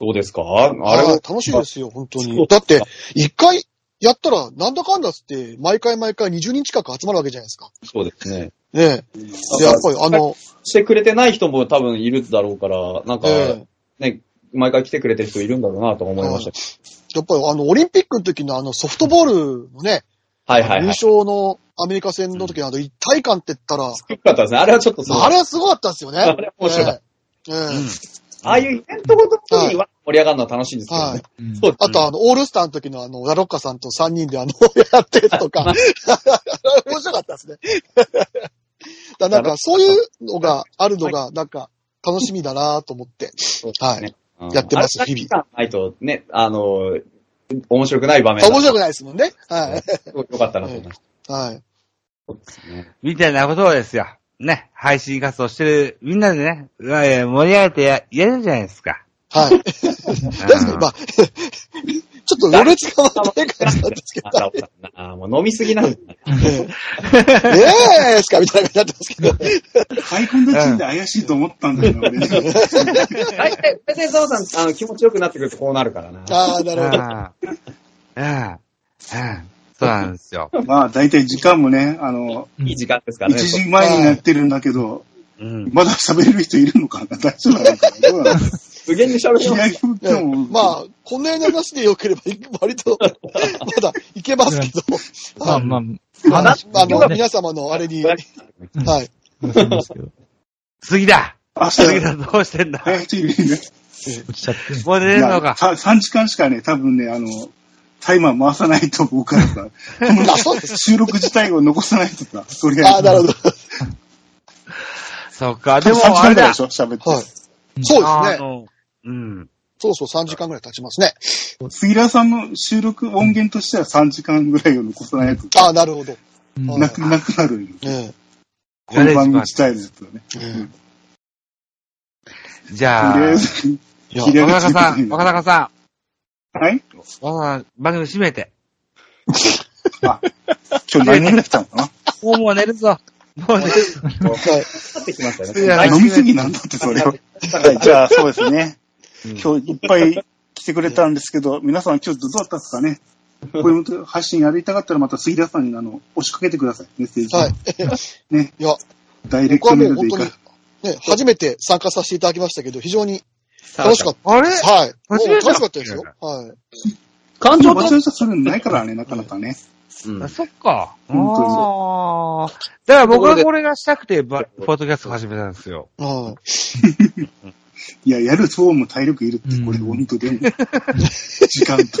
どうですかあれはいは、楽しいですよ、本当そうに。だって、一回やったら、なんだかんだっつって、毎回毎回20人近く集まるわけじゃないですか。そうですね。ねえ。で、やっぱり、あの、してくれてない人も多分いるだろうから、なんか、ええね、毎回来てくれてる人いるんだろうなと思いました。やっぱりあの、オリンピックの時のあの、ソフトボールのね、はいはい優はい。勝のアメリカ戦の時のあの、一体感って言ったら、よかったですね。あれはちょっとすごいあれはすごかったですよね。あれ面白かっええええああいうイベントごとには盛り上がるのは楽しいんですけどはねい。うんそうあと、あの、オールスターの時のあの、ラロッカさんと3人であの、やってるとか、面白かったですね。 だなんか、そういうのがあるのが、なんか、楽しみだなと思って。そうですはい。ねうんやってますあれだけ日期間ないとね、あの、面白くない場面あ面白くくないですもんね。はよかったなと思いましい。はい。たね。みたいなことをですよ。ね、配信活動してる、みんなでね、うわいや盛り上げてや、やるじゃないですか。はい。確かに、まあ、ちょっと、ろれつが回ってない感じなんですけど、ああもう飲みすぎなんだ。ええですかみたいな感じになってますけど。アイコンタッチで怪しいと思ったんだけど、俺ね大体、大体、澤さん、あの、気持ちよくなってくるとこうなるからな。ああ、なるほど。ああ、ああ、そうなんですよ。まあ、大体時間もね、あの、いい時間ですから1ね。時前になってるんだけど、うん。まだ喋れる人いるのかな大丈夫なのかなどうなの無限に喋り気ま合す。い振っえてえも、まあ、こんなような話で良ければ、割と、まだいけますけど。まあまあ、まあ、話まあもね皆様のあれに、ははいい。わかりますけど。次だあ、そう次だだどうしてんだ早い人いるね。落ちちゃって。もう寝れいるやのかさ3時間しかね、多分ね、あの、タイマー回さないと僕はさ、こあ、そうですの収録自体を残さないとさ、とりあえ ず。あなるほど。そっか、でも3時あれ間ぐらいだでしょ喋って。はい。そうあですね。の、うん。そうそう、3時間ぐらい経ちますね。杉浦さんの収録音源としては3時間ぐらいを残さないと、あなるほど。うんあなくなくなるよ。えこの番組自体のやつはね。ええじゃあとり、あえず、えいや切、れ若中さん、若中さはいん、若中さん、番組閉めて。あ、今日何人だったのかもうもう寝るぞ。もう寝るぞ。なってきましたよね。いやなはい飲みすぎなんだって、それは。はい、じゃあ、そうですね。今日いっぱい来てくれたんですけど、皆さん今日どうだったんですかねこれも配信やりたかったらまた杉田さんにあの、押しかけてください。メッセージ。はい。ね。いや、ダイレク僕はトメもーうルで本当いいかにら。、ね、初めて参加させていただきましたけど、非常に楽楽しかっあれた。はい。もう初め楽てだしかったですよ。はい。感情今、バとチ、バチするのないからね、なかなかね。うんあそっか。あ本当にあ。だから僕はこれがしたくて、ばポッドキャスト始めたんですよ。はいや、やる層も体力いるって、これ本当でも。時間と。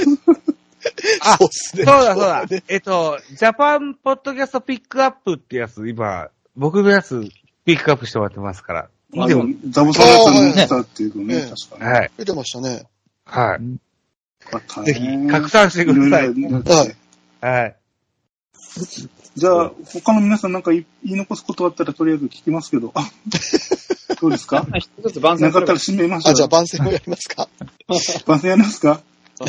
あ、そうっすねそうだそうだ。えっと、ジャパンポッドキャストピックアップってやつ、今、僕のやつ、ピックアップしてもらってますから。まあででもも、ザボさんがさんのやつだっていうのあーねはい、確かね。はい。い。出てましたね。はよかったい。ねぜひ、拡散していくろいろだやさるい。んだってはい。じゃあ、他の皆さんなんか言い言い残すことあったらとりあえず聞きますけど。あどうですか一つずつ番な宣すかっれたばら閉めましょあ、う。じゃあ番宣をやりますか。番宣やりますか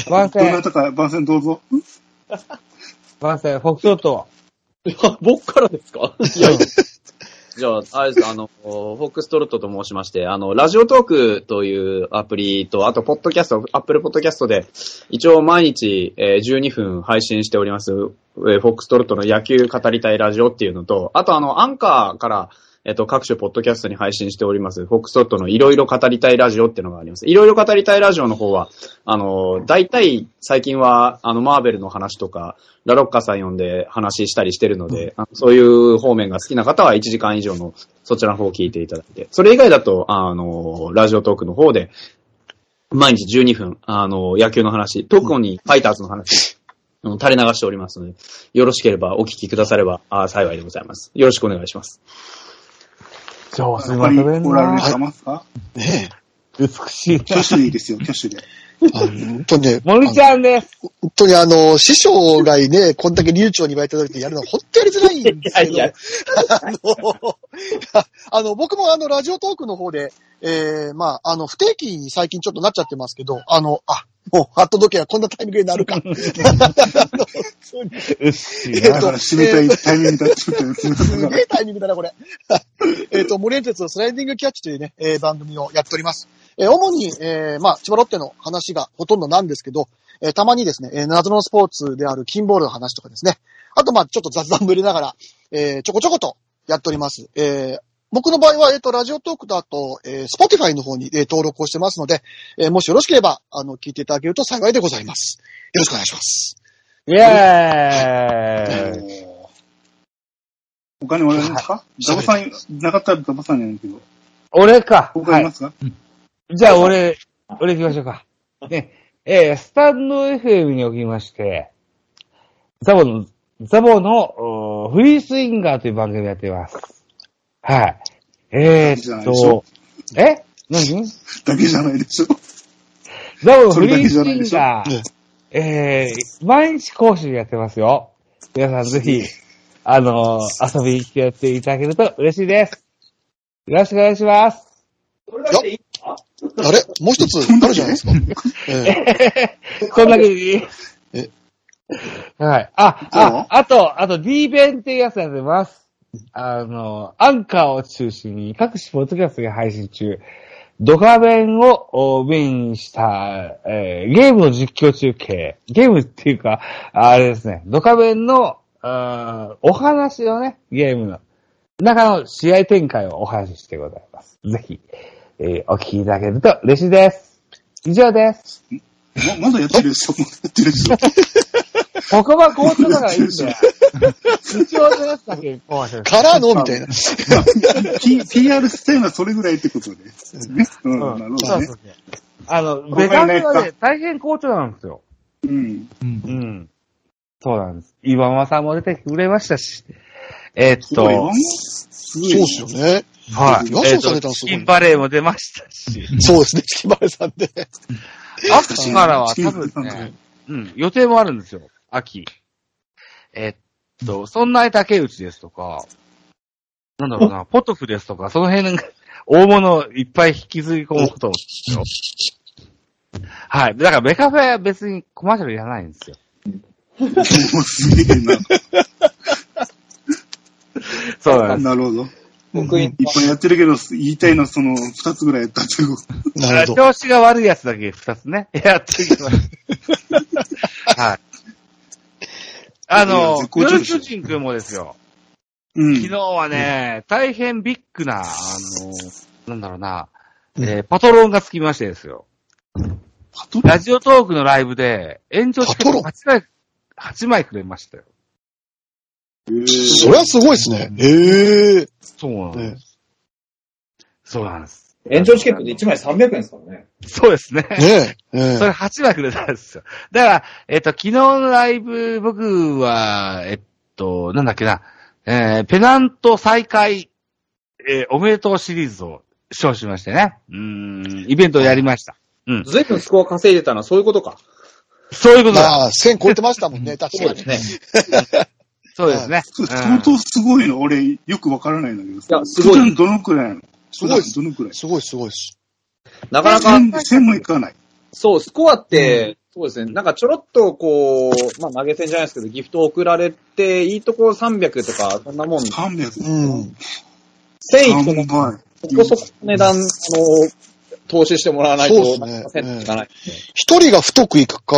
万どな歳、たか番宣どうぞ。万歳、北京都。あ 僕からですかいやいや。じゃあ、あれです、あの、フォックストロットと申しまして、あの、ラジオトークというアプリと、あと、ポッドキャスト、アップルポッドキャストで、一応毎日、えー12分配信しております、えーフォックストロットの野球語りたいラジオっていうのと、あと、あの、アンカーから、えっと、各種ポッドキャストに配信しております、フォックストロットのいろいろ語りたいラジオっていうのがあります。いろいろ語りたいラジオの方は、あの、大体最近は、あの、マーベルの話とか、ラロッカさん呼んで話したりしてるので、あのそういう方面が好きな方は1時間以上のそちらの方を聞いていただいて、それ以外だと、あの、ラジオトークの方で、毎日12分、あの、野球の話、特にファイターズの話、あの垂れ流しておりますので、よろしければお聞きくださればあ幸いでございます。よろしくお願いします。上やっぱりおられてますかね美しい。挙手でいいですよ、挙手で。え。あ本当にね、森ちゃんです。本当にあの、師匠がね、こんだけ流暢に言われた時にやるのは本当やりづらいんですけど。いやいやあのあの、僕もあの、ラジオトークの方で、えー、まあ、あの、不定期に最近ちょっとなっちゃってますけど、あの、あ、もう、ハット時計はこんなタイミングになるか。あのそういうえだから閉めたいタイミングだって言っ てすすげ えタイミングだな、これ。えっと、森伝説のスライディングキャッチというね、えー番組をやっております。えー主に、えーまあ、千葉ロッテの話がほとんどなんですけど、えーたまにですね、えー謎のスポーツであるキンボールの話とかですね。あと、まあ、ちょっと雑談ぶりながら、えーちょこちょことやっております。えー僕の場合は、えっ、と、ラジオトークだと、えー、Spotify の方に、えー登録をしてますので、えーもしよろしければ、あの、聞いていただけると幸いでございます。よろしくお願いします。イ ェーイお金もらえますかザボさん、なかったらザボさんやねんけど。俺か。他はいいま。すか、じゃあ、俺、俺行きましょうか。ね、えースタンド FM におきまして、ザボの、ザボの、おーフリースインガーという番組やってます。はい。えじゃなー、っいでしょと、え何だけじゃないでしょ。ザボのそフれだリーけスじゃないインでしょガー、えー、毎日講習やってますよ。皆さんぜひ、あのー遊びに来ていただけると嬉しいです。よろしくお願いします。それだけでいいのかあれもう一つあるじゃないですか。え こんだけでいいえはい。あ、そうあ、あと、あと D 弁っていうやつやってます。あの、アンカーを中心に各種ポッドキャストが配信中、ドカ弁をおメインにした、えーゲームの実況中継、ゲームっていうか、あれですね、ドカ弁の、あーお話をね、ゲームの中の試合展開をお話ししてございます。ぜひ、えーお聞きいただけると嬉しいです。以上です。ままだやってるでしょ。まだやってるでしょ。ここは校長だからいいんだよ。一応のやつだけ校長ー、。からのみたいな。 P- PR してるのはそれぐらいってことで。ね。うん、うんなるほどそうね。そうそうあの、こベこタがンねはね、大変校長なんですよ。うん。うんう。ん。そうなんです。岩間さんも出てくれましたし。えーっすごいとよ、。そうですよね。はい。岩え瀬ーっさん出たと、のチすキごいンバレーも出ましたし。そうですね、 月丸さんで。秋からは多分ね、うん、予定もあるんですよ。秋。えっと、そんなえ竹内ですとか、なんだろうな、ポトフですとか、その辺、 大物いっぱい引きずり込むことをですよ。はい。だから、メカフェは別にコマーシャルいらないんですよ。もうすげえそうな。す。なるほど。いっ僕、ぱいやってるけど、言いたいのはその二つぐらいやったってこと。なるほど。調子が悪いやつだけ二つね。やっていき ます。はい。あいやの絶、好ヨ調ルでしょ巨人くんもですよ。うん。昨日はね、大変ビッグな、あの、なんだろうな、えーパトロンがつきましてですよ。パトロラジオトークのライブで、延長チケットパ8枚、8枚くれましたよ。ルそりゃすごいですね。ええそうなん。ですそうなんです。延長チケットで1枚300円ですからね。そうですね。ねえ。えそれえ8枚くれたんですよ。だから、えっと、昨日のライブ、僕は、えっと、なんだっけな、えー、ペナント再開、えー、おめでとうシリーズを賞しましてね。うーん、イベントをやりました。うん。ずいぶんスコア稼いでたのはそういうことか。そういうことだ。まあ、1000超えてましたもんね、確そうかでに。すね。そうですね。それ相当すごいの、俺、よくわからないんだけど。いやすごい普段どのくらいなのすごいっす普段どのくらいすごい、すごいです。なかなか、千千もいかない。そう、スコアって、そうですね、なんかちょろっとこう、まあ投げ銭じゃないですけど、ギフト送られて、いいとこ300とか、そんなもん、1000 300。うん。いくと3倍。そこそこの値段、あの、投資してもらわないと、そうですね100%いかない。一人が太くいくか、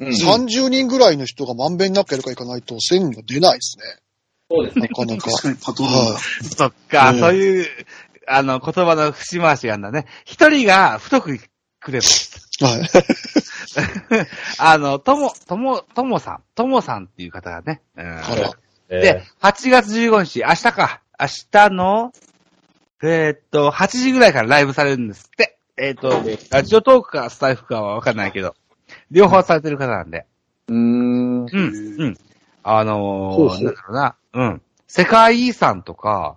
うん30人ぐらいの人がまんべんなくやるかいかないと1000が出ないですね。そうですね。なかなか。確かにパトロンはだ。そっか、うんそういう、あの、言葉の節回しがあんだね。一人が太くくれば。い。はい。あの、とも、とも、ともさん、ともさんっていう方がね。うんあら。で、8月15日、明日か。明日の、えーっと、8時ぐらいからライブされるんですって。えーっと、ラジオトークかスタイフかはわかんないけど、両方されてる方なんで。うーん。うん、うん。あのーそうそうなんだろうな、うん。世界遺産とか、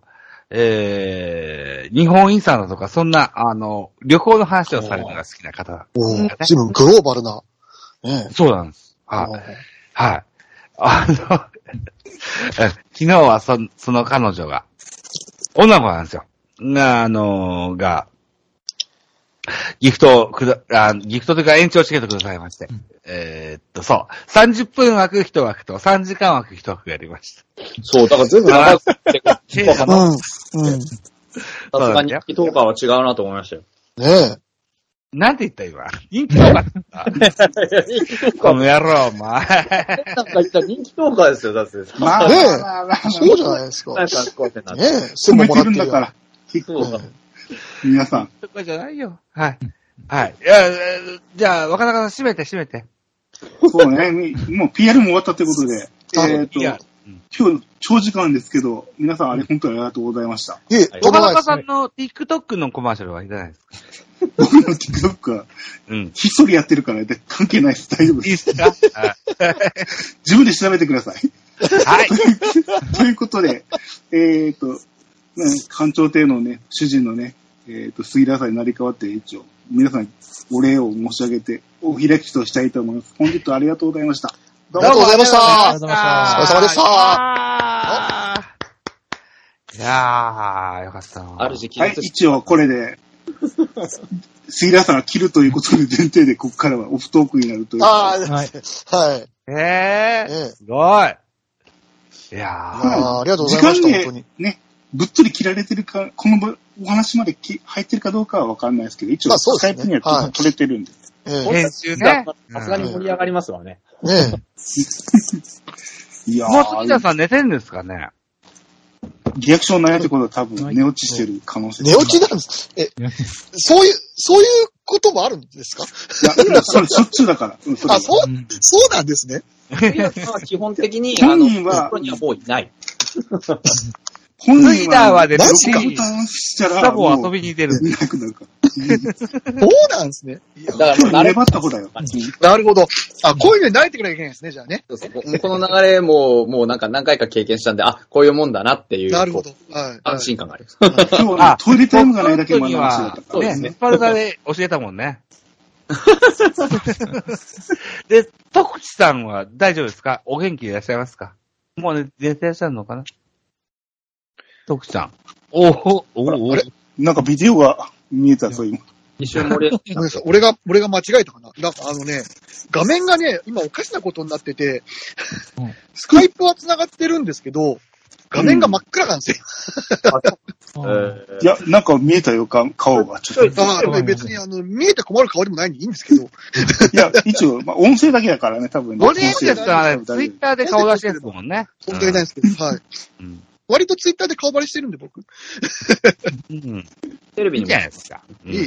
えー、日本遺産だとか、そんな、あの、旅行の話をされるのが好きな方だ。おー随分グローバルな。ねえ。そうなんです。はい。はい。あの、 昨日はそ、その彼女が、女の子なんですよ。な、あのーが、ギフトをくだ、あギフトというか延長チケットくださいまして。えーっと、そう。30分枠1枠と3時間枠1枠やりました。そう、だから全部長くて、うん。うん。ねさすがに、トーカーは違うなと思いましたよ。え。なんて言った今。人気 投下って言った。この野郎、お前。なんか言ったら人気投下ですよ、だって。まあ、ねえまあまあまあそうじゃないですか。なんねかこうやってなって。え、す褒ぐめもらてってるんだるから。そう皆さん。とかじゃないよ。はい。はい。いや、えーじゃあ、若隆さん、閉めて、閉めて。そうね。みもう PR も終わったということで。えっ、といや、今日長時間ですけど、皆さんあれ本当にありがとうございました。いえ、はいとんで若もないで隆すさねん。の TikTok のコマーシャルはいらないですか僕の TikTok はうん。ひっそりやってるから、で関係ないです。大丈夫いいです。ですかはい自分で調べてください。 はい。ということで、えっ、と、ね、官庁邸のね、主人のね、えっ、と、杉田さんになり変わって一応、皆さんにお礼を申し上げて、お開きとしたいと思います。本日はありがとうございました。どうもありがとうございましあたりが。とうございました。お疲れ様でしたあーいやー、よかったな。ある時期はい、一応これで、杉田さんが切るということで前提で、ここからはオフトークになるという。ああ、はいはい。えええー、すごい。いまやあありがとうご時ざいま間した、本当でに。ね、ぶっとり切られてるか、このぶお話までき入ってるかどうかはわかんないですけど、一ま応、あそうスカでイすねプには取れてるんで。えー、え編集ね。さすがに盛り上がりますわね。ねうんもう杉いや田ー、さん寝てんですかねリアクションないってことは多分寝落ちしてる可能性え寝落ちなんです。え、そういう、そういうこともあるんですかいや、いやそれしょっちゅうだから。うんそれあ、そう、うんそうなんですね。基本的に、あ本の、人は本当にはもういない。本杉田はね、ね、マ6ジボかタン時、押したスタら、ボも遊う、びに出る。いなくなるかそうなんですね。だからもうら。慣れ粘った方だよ。なるほど。あ、こういうのに慣れてくれなきゃいけないですね、じゃあね。そうそうここの流れも、もうなんか何回か経験したんで、あ、こういうもんだなっていう。なるほこど。はい。う。安心感があります。今日はあねトイレタイムがないだけ学ぶ話だったかそら。うでね、すねスパルタで教えたもん ね。で、徳地さんは大丈夫ですかお元気でいらっしゃいますかもうね、寝てらっしゃるのかな徳地さん。おおおおおなんかビデオが見えた、そういう。一瞬盛り上がっごめんなさい。俺が、俺が間違えたかな。なんかあのね、画面がね、今おかしなことになっててうん、スカイプは繋がってるんですけど、画面が真っ暗なんですよ。えーいや、なんか見えたよ、か顔が。ちょっと。だから別にあの、見えて困る顔でもないんでいいんですけど、いや、一応、まあ、音声だけだからね、多分ね。ご年ですからね、音声だけだツイッターで顔出してるもんね。問題ないんですけど、はい。うん。割とツイッターで顔バレしてるんで、僕。うん。テレビいいにじゃもないですか。うんいい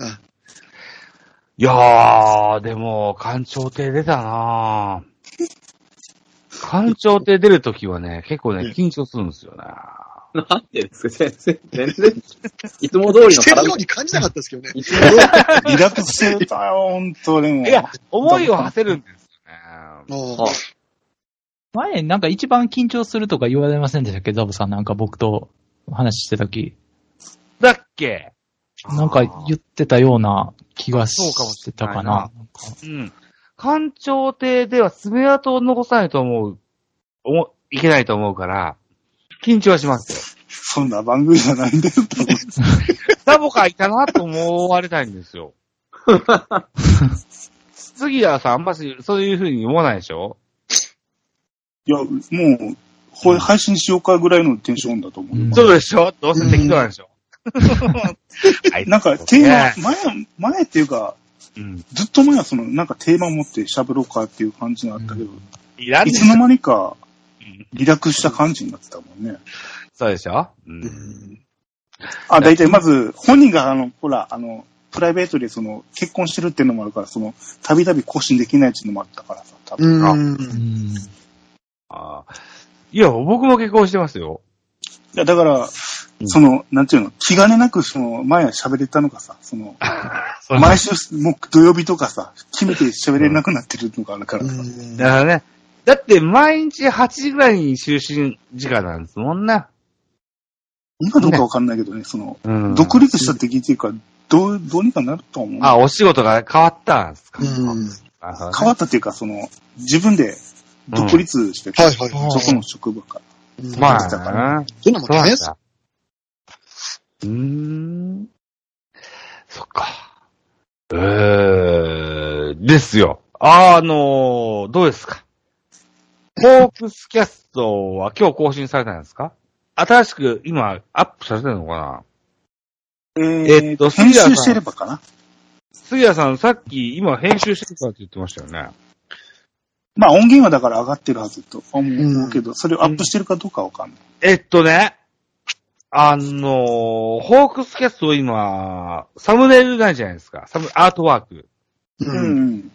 あいやー、でも、官庁艇出たなぁ。官庁艇出るときはね、結構ね、緊張するんですよね。なんてですか、先生、全然、いつも通りのしてる体ように感じなかったですけどね。いつも通りリラックスしてたよ、ほんと、でも。いや、思いを馳せるんですよね。あのあ。前、なんか一番緊張するとか言われませんでしたっけザボさんなんか僕と話してた時。だっけなんか言ってたような気がそうかもししてれたないかなな。うん。官庁艇では爪痕を残さないと思う、おも、いけないと思うから、緊張はしますよ。そんな番組じゃないんだよ、多分。ダボがいたなと思われたいんです よ。杉谷さん、あんまし、そういうふうに思わないでしょいや、もう、これ配信しようかぐらいのテンションだと思う。うんそうでしょどうせ適当なんでしょ、はいなんか、テーマ、前、前っていうか、うん。ずっと前はその、なんかテーマ持って喋ろうかっていう感じがあったけど、いらんいでつしのょ間にかうん、リラックスした感じになってたもんね。そうでしょうん。あ、だいたいまず、本人が、あの、ほら、あの、プライベートでその、結婚してるっていうのもあるから、その、たびたび更新できないっていうのもあったからさ、多分。う。うんん。あーいや、僕も結婚してますよ。いや、だから、うんその、なんていうの、気兼ねなく、その、前は喋れたのかさ、その、毎週、木、土曜日とかさ、決めて喋れなくなってるのがあるからさ。だからね。だって、毎日8時ぐらいに就寝時間なんですもんね。今どうかわかんないけどね、その、うん独立したって聞いてるから、どう、どうにかなるとは思う。あ、お仕事が変わったんですか、うん。あそうね変わったっていうか、その、自分で独立して、はいはいはい。そこの職場から。うんま変わったかあね、そういうのもそう大なん変です。だ。うーん。そっか。えー、ですよ。あのー、どうですかフォークスキャストは今日更新されたんですか新しく今アップされてるのかなええっと編杉浦さん集してればかな杉谷さん、さっき、今編集してたって言ってましたよね。まあ音源はだから上がってるはずと思うけど、それをアップしてるかどうかわかんない。えっとね、あのー、ホークスキャストを今、サムネイルないじゃないですか。サム、アートワーク。ううん。ん。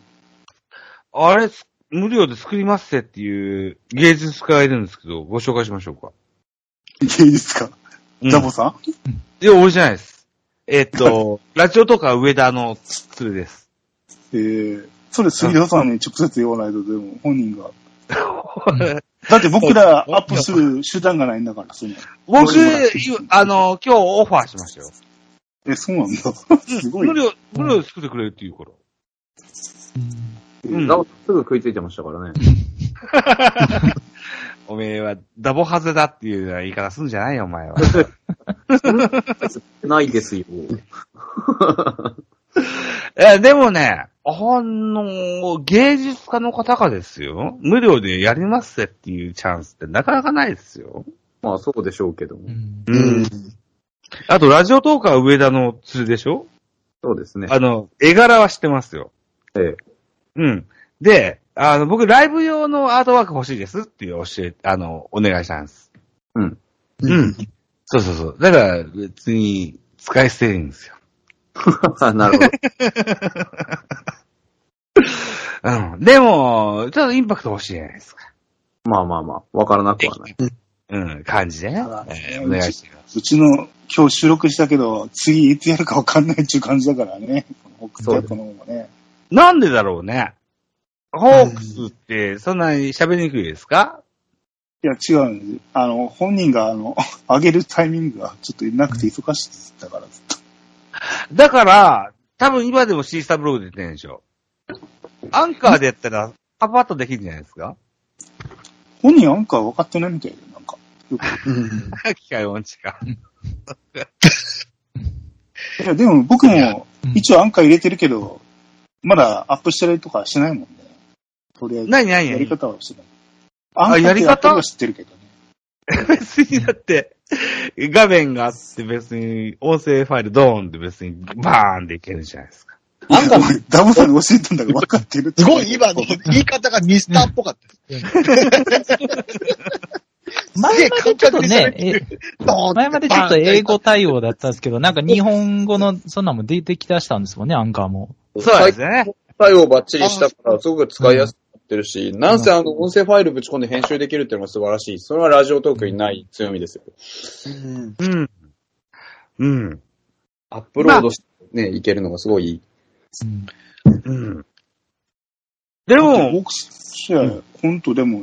あれ、す無料で作りますせっていう芸術家がいるんですけど、ご紹介しましょうか。芸術家。うんザボさいんや、俺じゃないです。えっと、ラジオとか上田の鶴です。ええそれ杉田さんに直接言わないと、でも本人が。だって僕らアップする手段がないんだから、その。僕、どういうあの、今日オファーしましたよ。え、そうなんだ。すごい無。料、無料で作ってくれるっていうから。うんダボすぐ食いついてましたからね。おめえはダボハゼだっていうような言い方すんじゃないよ、お 前は。ないですよ。え、でもね、あの、芸術家の方がですよ、無料でやりますぜっていうチャンスってなかなかないですよ。まあそうでしょうけど。うんうん。あと、ラジオトークは上田の鶴でしょそうですね。あの、絵柄は知ってますよ。ええ うん。で、あの、僕、ライブ用のアートワーク欲しいですっていう教え、あの、お願いしたんです。うん。うん。そうそうそう。だから、別に、使い捨てるんですよ。なるほど。うん。でも、ちょっとインパクト欲しいじゃないですか。まあまあまあ、わからなくはない。うん、感じでねあ。えーお願いします。うちの今日収録したけど、次いつやるかわかんないっていう感じだからね。この北海道の方がね。なんでだろうね。ホークスって、そんなに喋りにくいですかいや、違うんです。あの、本人が、あの、 上げるタイミングがちょっとなくて忙しいだから、ずっと。だから、多分今でもシースターブログで出てるんでしょ。アンカーでやったら、パパッとできるんじゃないですか本人アンカー分かってないみたいで、なんか。よくうん。機械音痴か。いや、でも僕もうん一応アンカー入れてるけど、まだアップしたりとかしてないもんね。とりあえず。なになにやなりに方はしてない。あアンカーってやり方アプリは知ってるけどね。別にだって、画面があって別に、音声ファイルドーンって別にバーンでいけるじゃないですか。アンカーダムさんに教えたんだから分かってるってすごい、今の言い方がミスターっぽかった。すげえ前までちょっとね、えドーンて前までちょっと英語対応だったんですけど、なんか日本語の、そんなんも出てきだしたんですもんね、アンカーも。そうですね。対応バッチリしたから、すごく使いやすくなってるし、なんせあの、音声ファイルぶち込んで編集できるっていうのが素晴らしい。それはラジオトークにない強みですよ。うんうん。うん。アップロードしてね、いけるのがすごいいい。うんうん。でオも、ークスや、本当でも、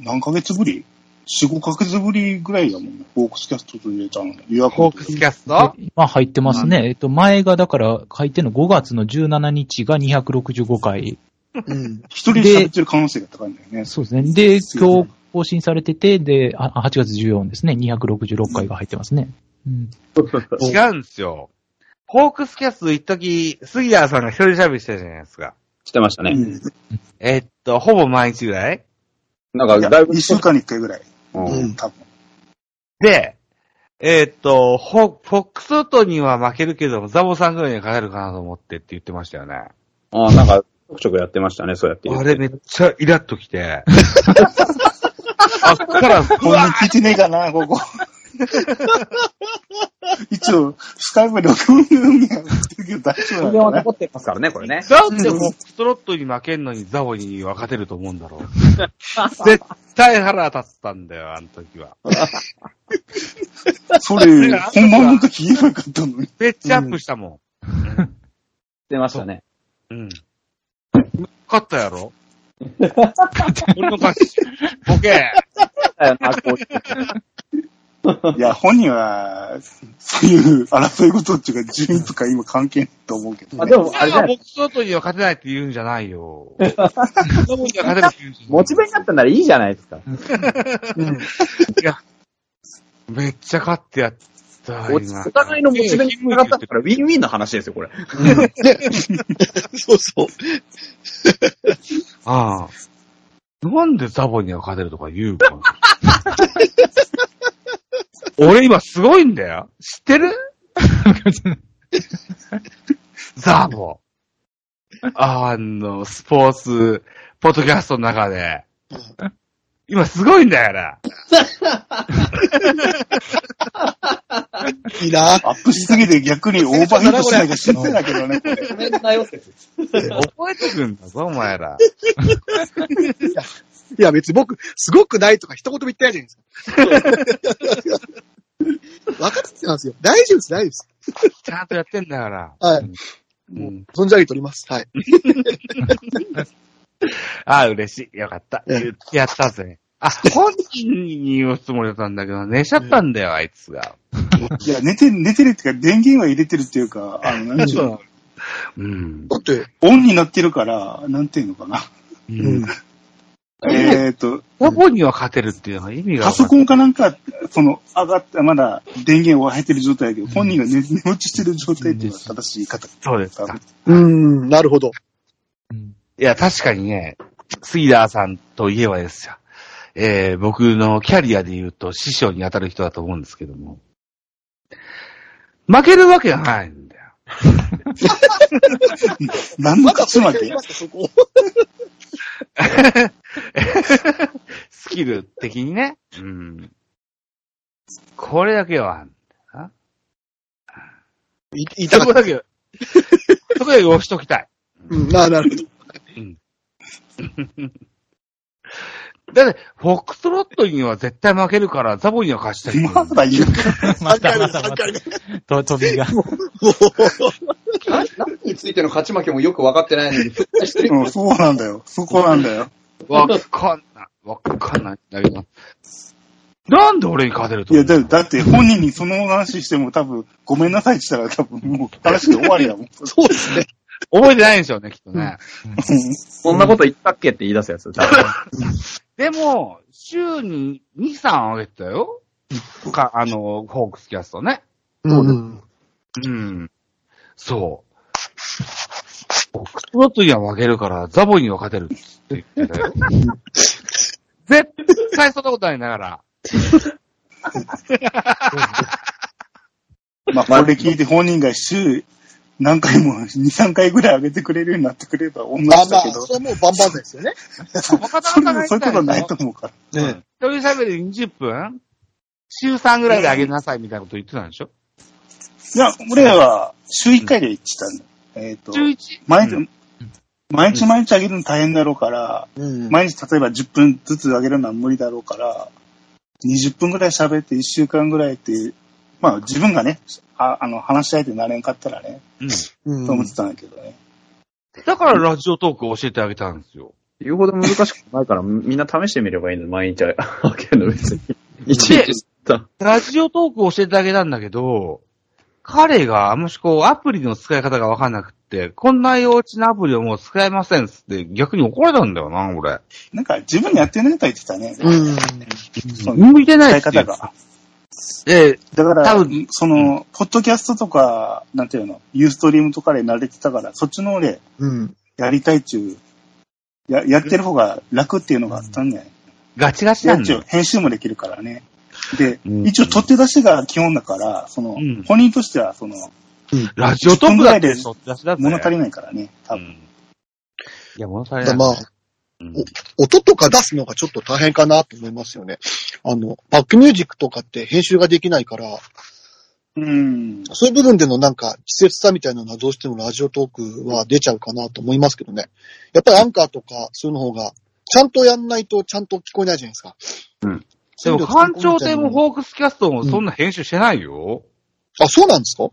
何ヶ月ぶり ?4、5ヶ月ぶりぐらいだもんね。オークスキャストと入れたの。予約ホークスキャストで今入ってますね。えっと、前がだから書いてるの5月の17日が265回。うん。一人で喋ってる可能性が高いんだよね。そうですね。で、今日更新されてて、で、あ8月14ですね。266回が入ってますね。うん。違うんですよ。ホークスキャスト一時、杉谷さんが一人喋りしてたじゃないですか。してましたね。えっと、ほぼ毎日ぐらいなんいか、やだいぶ、一週間に一回ぐらい。うんうん多分。で、えーっと、ホ、フォックストには負けるけども、ザボさんぐらいには勝てるかなと思ってって言ってましたよね。ああ、なんか、ちょくちょくやってましたね、そうやって言あう。れめっちゃイラっと きて。あっから、う本わ人聞いてねえかな、ここ。一応、スカイプで録音にはやってるけど大丈夫なのかな残ってますからね、これね。なんでフォックストロットに負けんのにザボには勝てると思うんだろう。 絶対腹立ったんだよ、あの時は。それ、本番の時言えばよかったのに。めっちゃアップしたも出ましたね。ん。うん。勝ったやろ俺の勝ち。ボケいや、本人は、そういう争い事っていうか、順位とか今関係ないと思うけど、あ、ねで。も、あれじゃない僕とには勝てないって言うんじゃないよ。 僕には勝てないって言うんじゃないモチベになったならいいじゃないですか。めっちゃ勝ってやった。おお互いのモチベに上がったから、ウィンウィンの話ですよ、これ。そうそう。ああ。なんでザボには勝てるとか言うかな。 俺今す ごいんだよ。知ってるザボ。あの、スポーツ、ポッドキャストの中で。今すごいんだから。いいな。アップしすぎて逆にオーバーヒットしないか心配だけどね。ご めんなよって。覚えてくんだぞ、お前ら。いや、別に僕、すごくないとか一言も言ってないじゃないですか。分かってますよ。大丈夫です、大丈夫です。ちゃんとやってんだから。はい。うん。存じ上げております。はい。ああ、嬉しい。よかった。えやったぜ。あ、本人に言うつもりだったんだけど、寝ちゃったんだよ、あいつが。いや、寝て、寝てるっていうか、電源は入れてるっていうか、あ の、なんていうのうん。だって、オンになってるから、なんていうのかな。うん。えーっと、ラボには勝てるっていうのは意味がパわかソんコない。ンかなんか、その、上がった、まだ電源を入ってる状態だけど、本人が寝寝落ちしてる状態っていうのが正しい方そうですかか。うーん、なるほど。いや、確かにね、杉田さんといえばですよ。えー、僕のキャリアで言うと師匠に当たる人だと思うんですけども。負けるわけがないんだよ。何の勝ち負けますか、そこ。スキル的にね。うん。これだけはあんだよい言いな、たかそこった。だけは、そこだけ押しときたい。うん、ななるほど。だって、フォックストロットには絶対負けるから、ザボには勝ちたい。ま だ言う またまた3ま回目、3回目。た、と飛びが。もう、 何についての勝ち負けもよく分かってないのに、復活してる。うん、そうなんだよ。そこなんだよ。わかんない。わかんないんだけど。なんで俺に勝てるとい思うや、だだって本人にその話しても多分、ごめんなさいって言ったら多分もう話が終わりだもん。そうですね。覚えてないんでしょうね、きっとね。 そんなこと言ったっけって言い出すやつ。多分でも、週に2、3上げてたよ。か、あの、フォークスキャストね。うん。うん。そう。フォックストロットには負けるから、ザボには勝てるって言ってた よ。絶対そんなことないんだから。まあ、これ聞いて本人が週何回も、2、3回ぐらい上げてくれるようになってくれれば同じまあまだあ、けど、それはもうバンバンですよね。そんなそれそういうことないと思うから。ね一人喋り20分週3ぐらいで上げなさいみたいなこと言ってたんでしょいや、俺らは週1回で言ってたんだ。えっ、と、週 1? 毎う日、毎日毎日上げるの大変だろうから、うん。毎日例えば10分ずつ上げるのは無理だろうから、20分ぐらい喋って1週間ぐらいって、まあ自分がね、ああの話し相手になれんかったらね、と思ってたんだけどね。だからラジオトークを教えてあげたんですよ。言うほど難しくないから、みんな試してみればいいの。毎日開けるの別に。一で日さ。ラジオトークを教えてあげたんだけど、彼があんましこうアプリの使い方がわかんなくって、こんな幼稚なアプリをもう使えませんっつって逆に怒られたんだよな、俺。なんか自分にやってないとは言ってたね。うん。その向いてない使っいて方が。で、だから、多分その、ポッドキャストとか、なんていうの、ユーストリームとかで慣れてたから、そっちの方でうん。やりたいっちゅう、や、やってる方が楽っていうのがあったんだよね。ガチガチでなんだ一応よ。編集もできるからね。で、うん一応取って出しが基本だから、その、うん本人としては、その、ラジオトークだって取って出しだぜ物足りないからね、多う分。んいや、物足だりなからい。まあ、うん音とか出すのがちょっと大変かなと思いますよね。あの、バックミュージックとかって編集ができないから、うん。そういう部分でのなんか、稚拙さみたいなのはどうしてもラジオトークは出ちゃうかなと思いますけどね。やっぱりアンカーとか、そういうの方が、ちゃんとやんないとちゃんと聞こえないじゃないですか。うん。でも、感官情庁亭もホークスキャストもそんな編集してないよ。あ、そうなんですか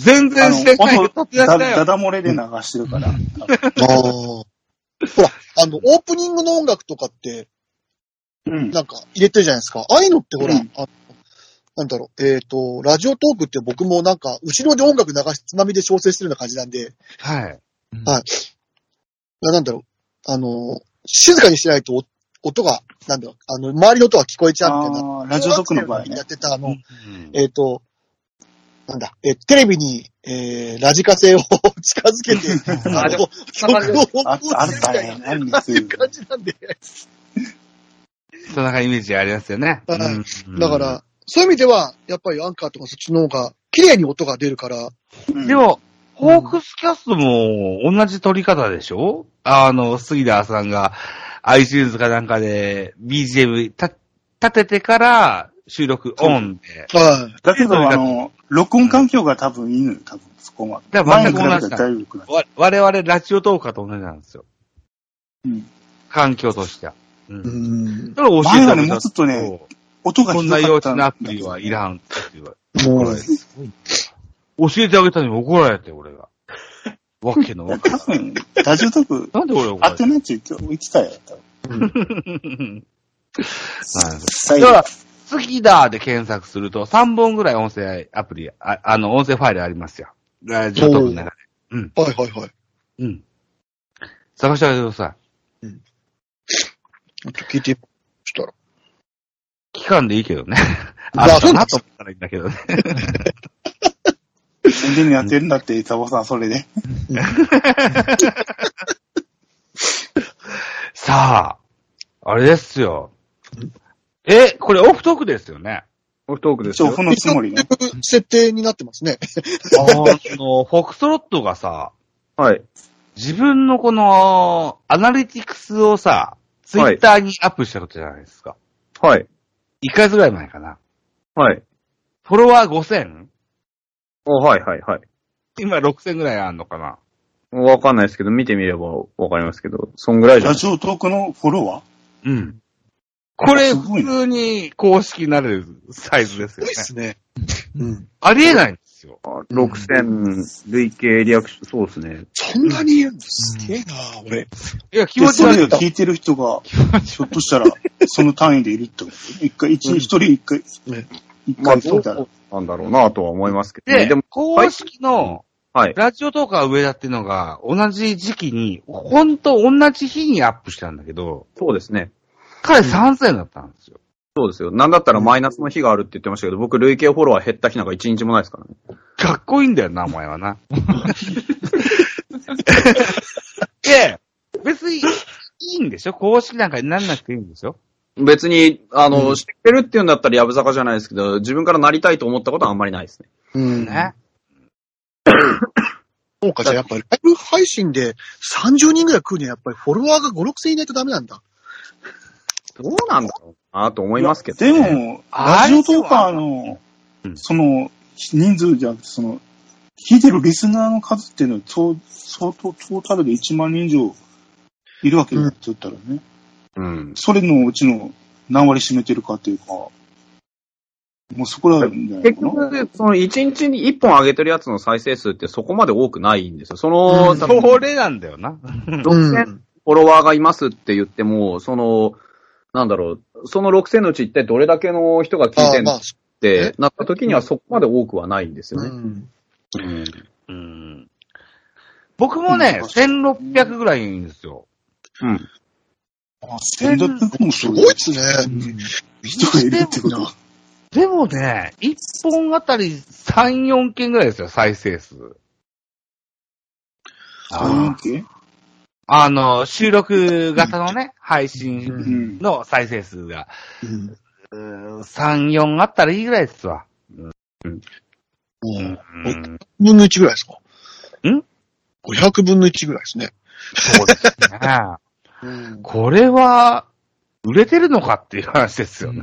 全然してないよ。取って出しだ、だだよ。だ漏れで流してるから。あ多分あ。ほら、あの、オープニングの音楽とかって、うん。なんか入れてるじゃないですか。ああいうのってほら、うんあのなんだろう、えっ、と、ラジオトークって僕もなんか、後ろで音楽流し、津波で調整してるような感じなんで、はい。ななんだろう、あの、静かにしないとお音が、なんだろう、あの、周りの音が聞こえちゃうみたいな。あーラジオトークの場合ねやっ。てた、あの、うんえっ、と、なんだ、えーテレビに、えーラジカセを 近づけて、 あの、曲をあ音符をあつけるたかいねな、何にする感じなんで。そんなイメージありますよね。はいうんだか、ら、そういう意味では、やっぱりアンカーとかそっちの方が、綺麗に音が出るから、うんでも、ホークスキャストも同じ撮り方でしょあの、杉田さんが iTunes かなんかで BGM た立ててから収録オンで。はい。だけど、あの、録音環境が多分いいのよ、多分、そこは。だから全く同じだ前に比べたらだいぶ良くなるわ我々ラジオトーカーと同じなんですよ。うん環境としては。うん。うん。それを教えてあげた前はねもうちょっとね、音がこひんどなかった幼稚なアプリはいらんって言わもう、れ教えてあげたのに怒られて、 俺が。わけのわから多ん。分、ラジオトーク、なんで俺怒ら当れててなって言って言ってたよ、多分。 んなんです最だか後ら、月だで検索すると3本ぐらい音声アプリ、ああの、音声ファイルありますよ。ラジオトークの中はいはいはい。で。うん。探してあげてくださちょっと聞いて、そしたら。い。期間でいいけどね。ま ああったなと思ったらいいんだけどね。宣伝にやってるんだって、ザボさん、それで。さあ、あれですよ。え、これオフトークですよね。オフトークです調よ布。のつもりね。設定になってますね。あの、フォクトロットがさ、はい。自分のこの、アナリティクスをさ、ツイはいッターにアップしたことじゃないですか。はい。 1ヶ月ぐらい前かな。はい。フォロワー 5000? お、はい、はい、はい。今6000ぐらいあんのかなわかんないですけど、見てみればわかりますけど、そんぐらいじゃラん。ジオトークのフォロワうん。これ、すごい普ね通に公式になれるサイズですよね。すね。うん。ありえないんですよ。 6000累計リアクション、そうですね。そんなに言うんですげえな俺。いや、気ーで、持ちそ悪れい。を聞いてる人が、ひょっとしたら、その単位でいるってこと一回、一一人一回ね、一まあ、回ど聞いうたら。なんだろうなとは思いますけど、ね。で、でも、公式の、はい。ラジオトーカー上田っていうのが、同じ時期に、ほんと同じ日にアップしたんだけど、そうですね。彼3000だったんですよ。そうですよ。なんだったらマイナスの日があるって言ってましたけど、僕、累計フォロワー減った日なんか一日もないですからね。かっこいいんだよな、お前は な。で、別に、いいんでしょ公式なんかになんなくていいんでしょ別に、あの、知ってるっていうんだったらやぶさかじゃないですけど、自分からなりたいと思ったことはあんまりないですね。うん。ね。そうか、じゃあやっぱりライブ配信で30人ぐらい来るにはやっぱりフォロワーが5、6千いないとダメなんだ。どうなんだろうなと思いますけど、で、も、あラれジはオトーカーのうん、その、人数じゃなくて、その、聞いてるリスナーの数っていうのは、そう相当、トータルで1万人以上いるわけになっちゃったらね。うん。それのうちの何割占めてるかっていうか、もうそこらなんじゃない結かな。局、その1日に1本上げてるやつの再生数ってそこまで多くないんですよ。その、うん多分それなんだよな。 6000フォロワーがいますって言っても、その、なんだろう、その6000のうち一体どれだけの人が聞いあてあんまのっあ、てなった時にはそこまで多くはないんですようね。ん。うんうん僕もね、うん1600ぐらいいいんですよ。うん。あ、千六百もすすごごいいっすね。人がいるってことは。でもね、1本あたり3、4件ぐらいですよ、再生数。そういうわけあの、収録型のね、配信うん。の再生数が、うん。うーん3、4あったらいいぐらいですわ。もう、うん500分の1ぐらいですかん ?500 分の1ぐらいですね。そうですね。うん。これは、売れてるのかっていう話ですよね。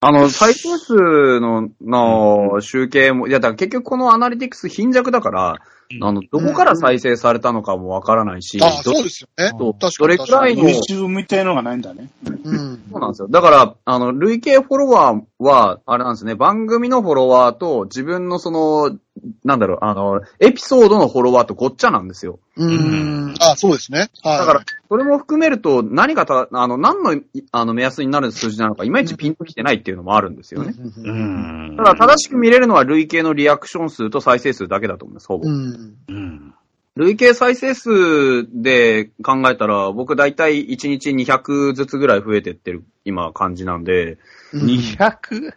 あの、再生数の、の、集計も、いや、だから結局このアナリティクス貧弱だから、うんあの、どこから再生されたのかもわからないし、あ、どそうですよね。ど確かにどれくらいの、優秀みたいのがないんだね。うんそうなんですよ。だから、あの、累計フォロワーは、あれなんですね、番組のフォロワーと自分のその、なんだろう、あの、エピソードのフォロワーとごっちゃなんですよ。うん。あ、そうですね。はい。だから、それも含めると、何がた、あの、何の、あの、目安になる数字なのか、いまいちピンときてないっていうのもあるんですよね。う。うんん。ただ、正しく見れるのは累計のリアクション数と再生数だけだと思います、ほぼう。ん。うん。累計再生数で考えたら、僕大体1日200ずつぐらい増えてってる、今、感じなんで。うん 200?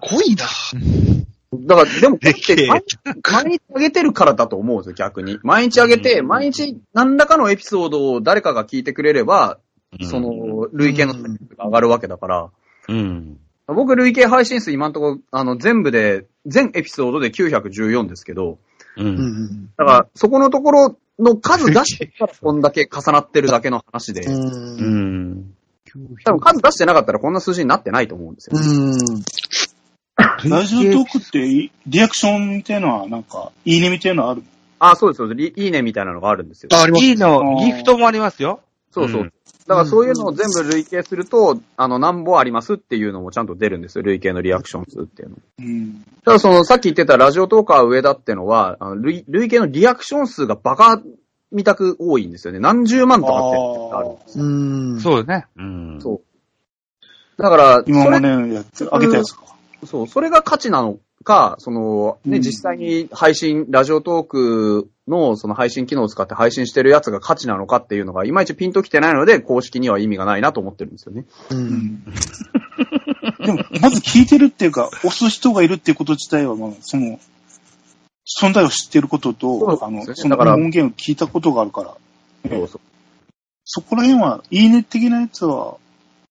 濃いな。だから、でも、でけえ毎毎日上げてるからだと思うんですよ、逆に。毎日上げて、うん毎日何らかのエピソードを誰かが聞いてくれれば、そ、の、累計のう再ん生数が上がるわけだから。うん。僕、累計配信数今んとこ、あの、全部で、全エピソードで914ですけど、ううんん。うんだから、そこのところの数出してから、こんだけ重なってるだけの話でう。。うんん。多分数出してなかったらこんな数字になってないと思うんですよ。うん。ラジオトークってい、リアクションみたいのは、なんか、いいねみたいのあるあ、そうです、そうです。いいねみたいなのがあるんですよ。あ、あります。いいの、ギフトもありますよ。そうそう。うんだからそういうのを全部累計すると、あの、何本ありますっていうのもちゃんと出るんですよ。累計のリアクション数っていうの。うん。ただその、さっき言ってたラジオトーカー上田ってのは、あの累累計のリアクション数がバカみたく多いんですよね。何十万とかってあるんですよ。うん。そうだね。うんそう。だから、今そもれね、やって、あげたやつか。そう、それが価値なのか、その、ね、うん実際に配信、ラジオトークのその配信機能を使って配信してるやつが価値なのかっていうのが、いまいちピンときてないので、公式には意味がないなと思ってるんですよね。う。うん ん。でも、まず聞いてるっていうか、押す人がいるっていうこと自体は、まあ、その、存在を知ってることと、そうあですねの、そのだから音源を聞いたことがあるから、そうそう。そこら辺は、いいね的なやつは、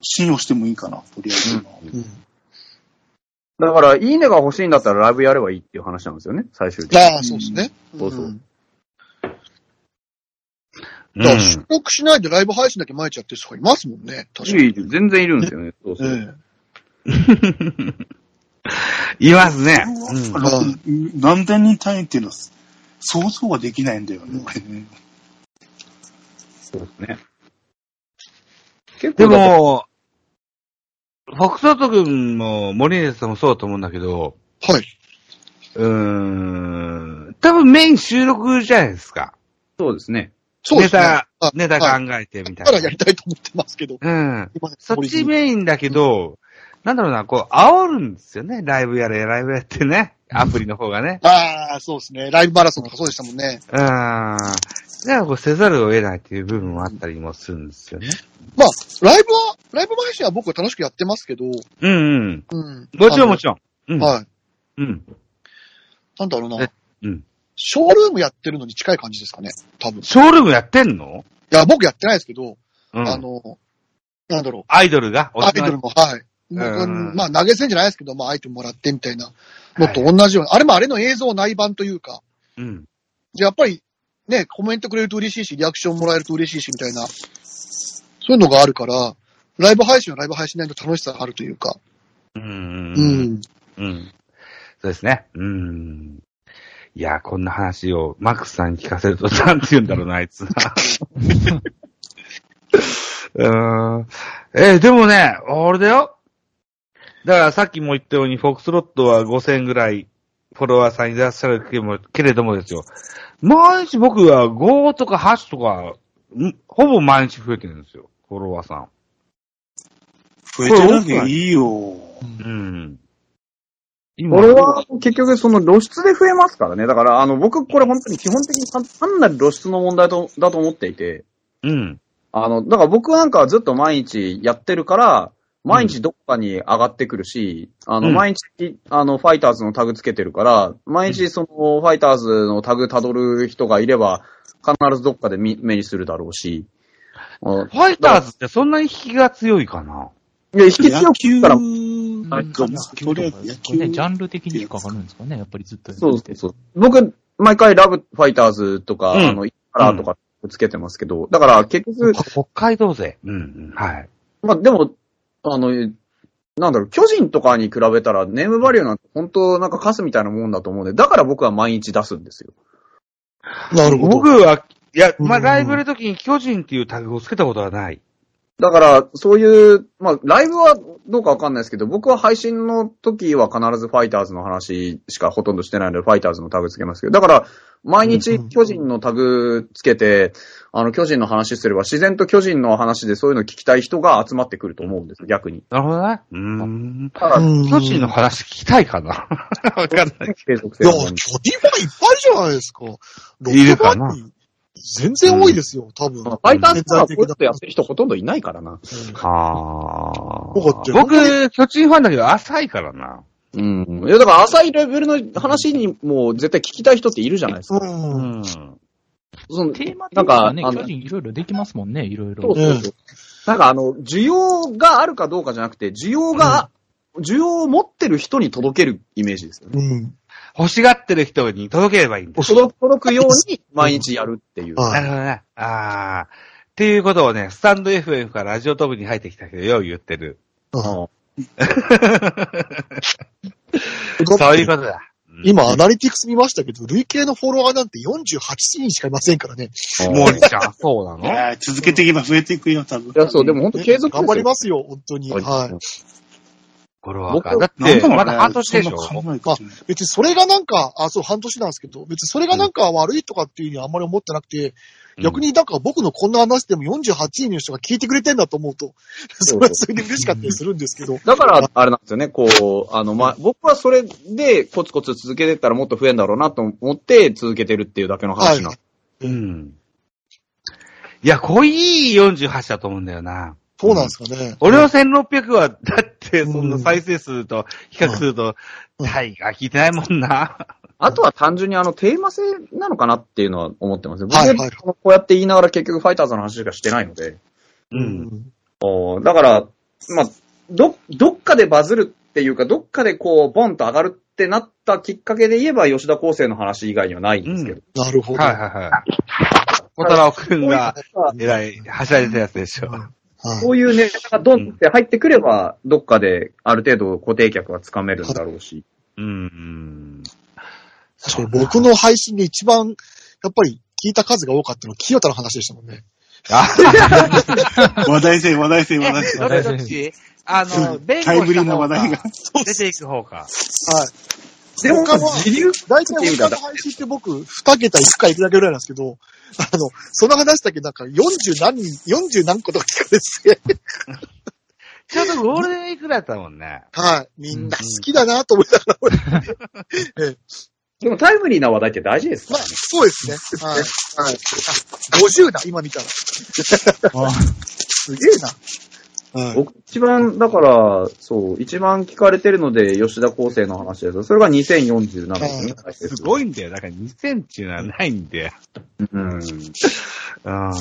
信用してもいいかな、とりあえず。だから、いいねが欲しいんだったらライブやればいいっていう話なんですよね、最終的に。ああ、そうですね。そうそうんうだから収録しないでライブ配信だけ巻いちゃってる人がいますもんね。確かいに。い全然いるんですよね。そうそう。えいますね。あの何千人単位っていうのは、想像ができないんだよね、俺ね。結構で、も、フォックソート君も森根さんもそうだと思うんだけど、えはい。うーん、多分メイン収録じゃないですか。そうですね。そうですね。ネタあネタはい考えてみだかたらいやな。りたいと思ってますけど。うん。今ねそっちメインだけど、なんだろうな、こう、煽るんですよね。ライブやれ、ライブやってね。アプリの方がね。ああ、そうですね。ライブマラソンとかそうでしたもんね。うん。だからこう、せざるを得ないっていう部分もあったりもするんですよね。まあ、ライブは、ライブ配信は僕は楽しくやってますけど、ううんうん。ん。もちろんもちちろん。うん。はい。うん。なんだろうなえ。うん。ショールームやってるのに近い感じですかね。多分。いショールームやってんのや、僕やってないですけど、うん。あの、なんだろアイドルがう。アイドルも、はい。もううんまあ、投げ銭じゃないですけど、まあ、アイテムもらってみたいなのと同じような。あれもあれの映像内版というか、うん。やっぱりね、コメントくれると嬉しいし、リアクションもらえると嬉しいし、みたいな、そういうのがあるから、ライブ配信はライブ配信なりの楽しさがあるというか、うんう。ん。うん。そうですね。うん。いや、こんな話をマックスさんに聞かせると、なんて言うんだろうな、あいつ は。うん。えーでもね、あれだよ。だからさっきも言ったように、フォックスロットは5000ぐらいフォロワーさんいらっしゃるけどもけれどもですよ。毎日僕は5とか8とか、んほぼ毎日増えてるんですよ。フォロワーさん。増えてるだけいいよ。うん。これは結局その露出で増えますからね。だから、あの、僕これ本当に基本的に単単なる露出の問題とだと思っていて、うん。あの、だから僕なんかはずっと毎日やってるから、毎日どっかに上がってくるし、あの、うん毎日、あの、ファイターズのタグつけてるから、毎日その、ファイターズのタグ辿る人がいれば、必ずどっかで見目にするだろうし、あファイターズってそんなに引きが強いかないや、引き強野く言球ったら、かなとりあえず野球。ね、ジャンル的に引っかかるんですかね、やっぱりずっとやってそうて。そう。僕、毎回ラブファイターズとか、うんあの、イカラーとかつけてますけど、だから結局、北海道勢。うん、はい。まあでも、あの、なんだろう、巨人とかに比べたらネームバリューなんて本当なんかカスみたいなもんだと思うんで、だから僕は毎日出すんですよ。なるほど。僕は、いや、まあ、うんライブの時に巨人っていうタグをつけたことはない。だから、そういう、まあ、ライブはどうかわかんないですけど、僕は配信の時は必ずファイターズの話しかほとんどしてないので、ファイターズのタグつけますけど、だから、毎日巨人のタグつけて、あの、巨人の話すれば、自然と巨人の話でそういうの聞きたい人が集まってくると思うんです、逆に。なるほどね。うーん。だから、うん巨人の話聞きたいか なわかんない。継続い性の問題や、巨人ファンいっぱいじゃないですか。いるかな6万人全然多いですよ、多分。ファイターズからこういうことやってる人ほとんどいないからな。はよかったよ僕、巨人ファンだけど浅いからな。うん。いや、だから浅いレベルの話にもう絶対聞きたい人っているじゃないですか。ううん。ん。そのテーマ的なんにか、あのはね、巨人いろいろできますもんね、いろいそうろ。そうそう。なんかあの、需要があるかどうかじゃなくて、需要が、需要を持ってる人に届けるイメージですよね。うん。欲しがってる人に届ければいいんだ。届届くように毎日やるっていう。はいなるほどね。ああ。っていうことをね、スタンド FM からラジオトークに入ってきたけど、よう言ってる。そういうことだ。今、アナリティクス見ましたけど、累計のフォロワーなんて48人しかいませんからね。もうちゃん、そうないのやー続けていけば増えていくよ、多分。いや、そう、でも本当継続頑張りすますよ、本当に。よ。はい。これは。僕だって、まだ半年でしょ。そんな考えかもしれない別にそれがなんか、あ、そう、半年なんですけど、別にそれがなんか悪いとかっていうふうにあんまり思ってなくて、逆になんか僕のこんな話でも48人の人が聞いてくれてんだと思うと、それはそれで嬉しかったりするんですけど、だから、あれなんですよね、こう、あの、ま、僕はそれでコツコツ続けてったらもっと増えんだろうなと思って続けてるっていうだけの話なんです。うん。いや、濃い48だと思うんだよな。そうなんですかね。俺の1600は、だって、その再生数と比較するうと、んタイが聞いてないもんな。あとは単純にあの、テーマ性なのかなっていうのは思ってますよ。僕はいはいこうやって言いながら結局ファイターズの話しかしてないので。う。。うんおーだから、まあ、ど、どっかでバズるっていうか、どっかでこう、ボンと上がるってなったきっかけで言えば、吉田康生の話以外にはないんですけど。なるほど。はいははいはい。小太郎くんが、えらい、はしゃいでたやつでしょ。いこういうネタがドンって入ってくれば、どっかである程度固定客はつかめるんだろうし。うん。確かに僕の配信で一番、やっぱり聞いた数が多かったのは、清田の話でしたもんね。話題性、話題性、話題性。どっちどっちあの、弁護タイム士リーのな方話題がが。出ていく方か。はい。でも他の、自流大体他の配信って僕、2桁1回いくだけぐらいなんですけど、あの、その話だけなんか40何人、40何個とか聞かれて、ちょうどゴールデンウィークだったもんね。はい。みんな好きだなと思いながら、俺でもタイムリーな話題って大事ですかまあらね。、そうですね。はい。はい。50だ、今見たら。すげえな。はい。僕一番、だから、そう、一番聞かれてるので、吉田康生の話です。それが2047ですね。すごい。いんだよ。だから2000っていうのはないんだよ。うん。あ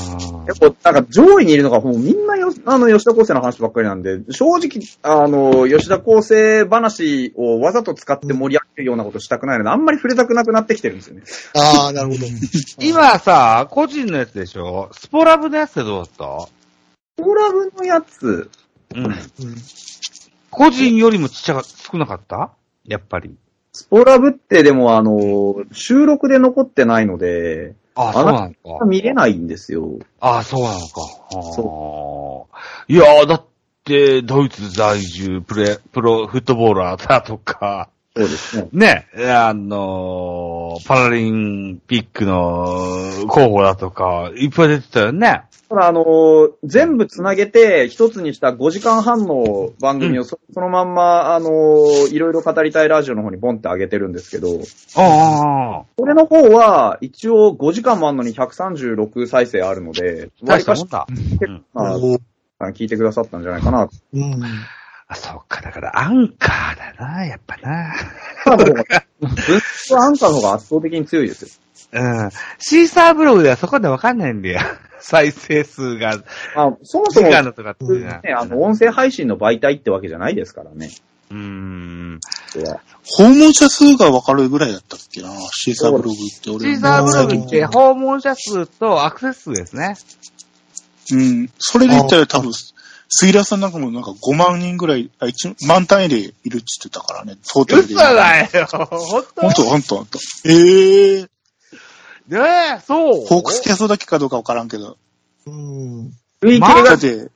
やっぱ、なんか上位にいるのが、もうみんなよ、あの、吉田康生の話ばっかりなんで、正直、あの、吉田康生話をわざと使って盛り上げるようなことしたくないので、あんまり触れたくなくなってきてるんですよね。ああ、なるほど。今さ、個人のやつでしょスポラブのやつってどうだっコラブのやつ、たうん。うん個人よりもちっちゃか、少なかったやっぱり。スポラブってでもあの、収録で残ってないので、あ、そそううななのか。見れないんですよ。ああ、そうなのか。そう。いやー、だって、ドイツ在住プレ、プロフットボーラーだとか、そうですね。ね、あのーパラリンピックの候補だとか、いっぱい出てたよね。ただあの、全部つなげて、一つにした5時間半の番組をそ,、のまんま、あの、いろいろ語りたいラジオの方にボンって上げてるんですけど、あこれの方は、一応5時間もあんのに136再生あるので、あ、大割しりかたしもん、だ。まおーあ、聞いてくださったんじゃないかな。うん。あ、そうか、だから、アンカーだな、やっぱな。アンカーの方が、ずっとアンカーの方が圧倒的に強いですよ。うん。シーサーブログではそこでわかんないんだよ。 再生数が、まあ、そも時そも、間だとかっていうのはね、あの、音声配信の媒体ってわけじゃないですからね。うーん。訪問者数が分かるぐらいだったっけな、シーサーブログってシ俺ーも。ザーブログって訪問者数とアクセス数ですね。うん。それで言ったら多分、杉浦さんなんかもなんか5万人ぐらい、あ、1万単位でいるって言ってたからね、トータルで。嘘だよ本当ほんと、ほんと、ほんと。ええー。ねえ、そうホークスキャストだけかどうか分からんけど。うん。累計まあだがって、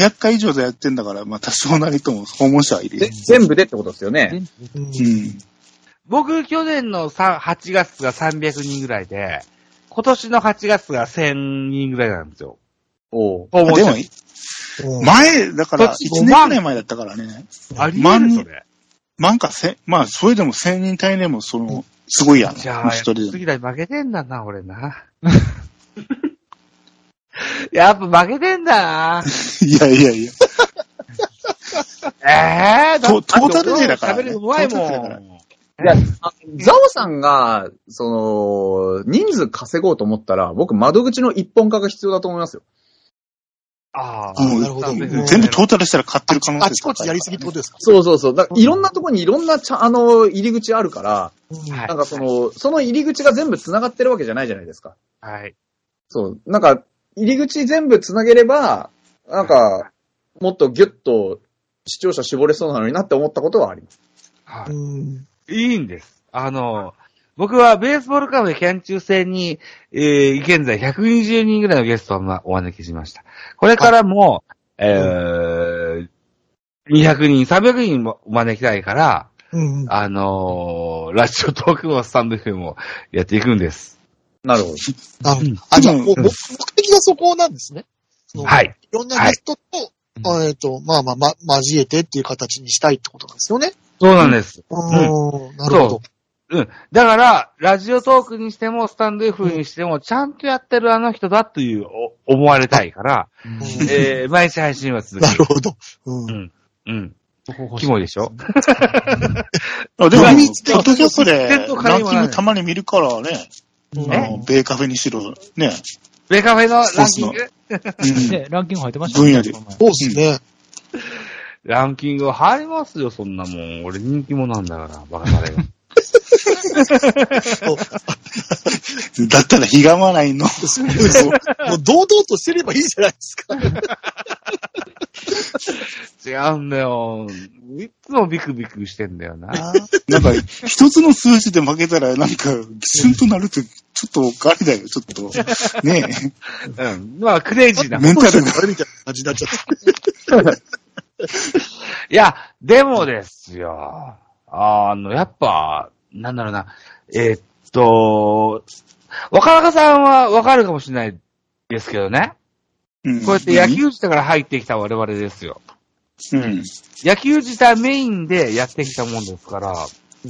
200回以上でやってんだから、まあ多少なりとも訪問者はいるよで。全部でってことですよね。うんうん。僕、去年のさ8月が300人ぐらいで、今年の8月が1000人ぐらいなんですよ。おう訪あ問で者も、前、だから、1そっち年ぐらい前だったからね。ありえる万そ人れ。なんかせ、まあ、それでも1000人単位でも、その、すごいやん。じゃあ、一人でも。次だ負けてんだな、俺な。 やっぱ負けてんだな。いやいやいや。ええー、だトトータルでだからね喋るのうまいトもータルだからん。いや、あザオさんが、その、人数稼ごうと思ったら、僕、窓口の一本化が必要だと思いますよ。あもうなるほど全部トータルしたら買ってる可能性あちこちやりすぎってことですかそうそうそう。だからいろんなところにいろんなちゃ、あの、入り口あるから、あ。はいなんかそ、の、その入り口が全部繋がってるわけじゃないじゃないですか。はい。そう。なんか、入り口全部繋げれば、なんか、もっとギュッと視聴者絞れそうなのになって思ったことはあります。はういん。いいんです。あの、僕はベースボールカフェキャン中戦に、えー、現在120人ぐらいのゲストをまお招きしました。これからも、えー、200人、300人もお招きたいから、うん。あのーラジオトークもスタンド FM もやっていくんです。なるほど。なるほど。あ、じゃあ、うんもう目目的がそこなんですね。。はいい。いろんなゲストと、あえっと、まあまあ、ま、交えてっていう形にしたいってことなんですよね。そうなんです。あーなるほど。うん。だから、ラジオトークにしても、スタンド F にしても、ちゃんとやってるあの人だという、お思われたいから、うんえー、毎日配信は続なけるる。ほど。うんん。うん。キキモいでしょあでも、ポまあッドキャストで全然ランキングたまに見るからね、うんあのベーカフェにしろ、ね、ベカフェのランキングうんね、ランキング入ってました分野でこの前そうですね。ランキング入りますよ、そんなもん。俺人気者なんだから、バカだ れが。だったらひがまないの。そうですもう堂々としてればいいじゃないですか。違うんだよ。いつもビクビクしてんだよな。なんか、一つの数字で負けたら、なんか、シュンとなるって、ちょっとおかりだよ、ちょっと。ねうん。まあ、クレイジーえ。な。メンタルが。あれみたいな感じになっちゃった。いや、でもですよ。あの、やっぱ、なんだろうな。えーっと、若中さんはわかるかもしれないですけどね。うんこうやって野球自体から入ってきた我々ですよ。うん。野球自体メインでやってきたもんですから、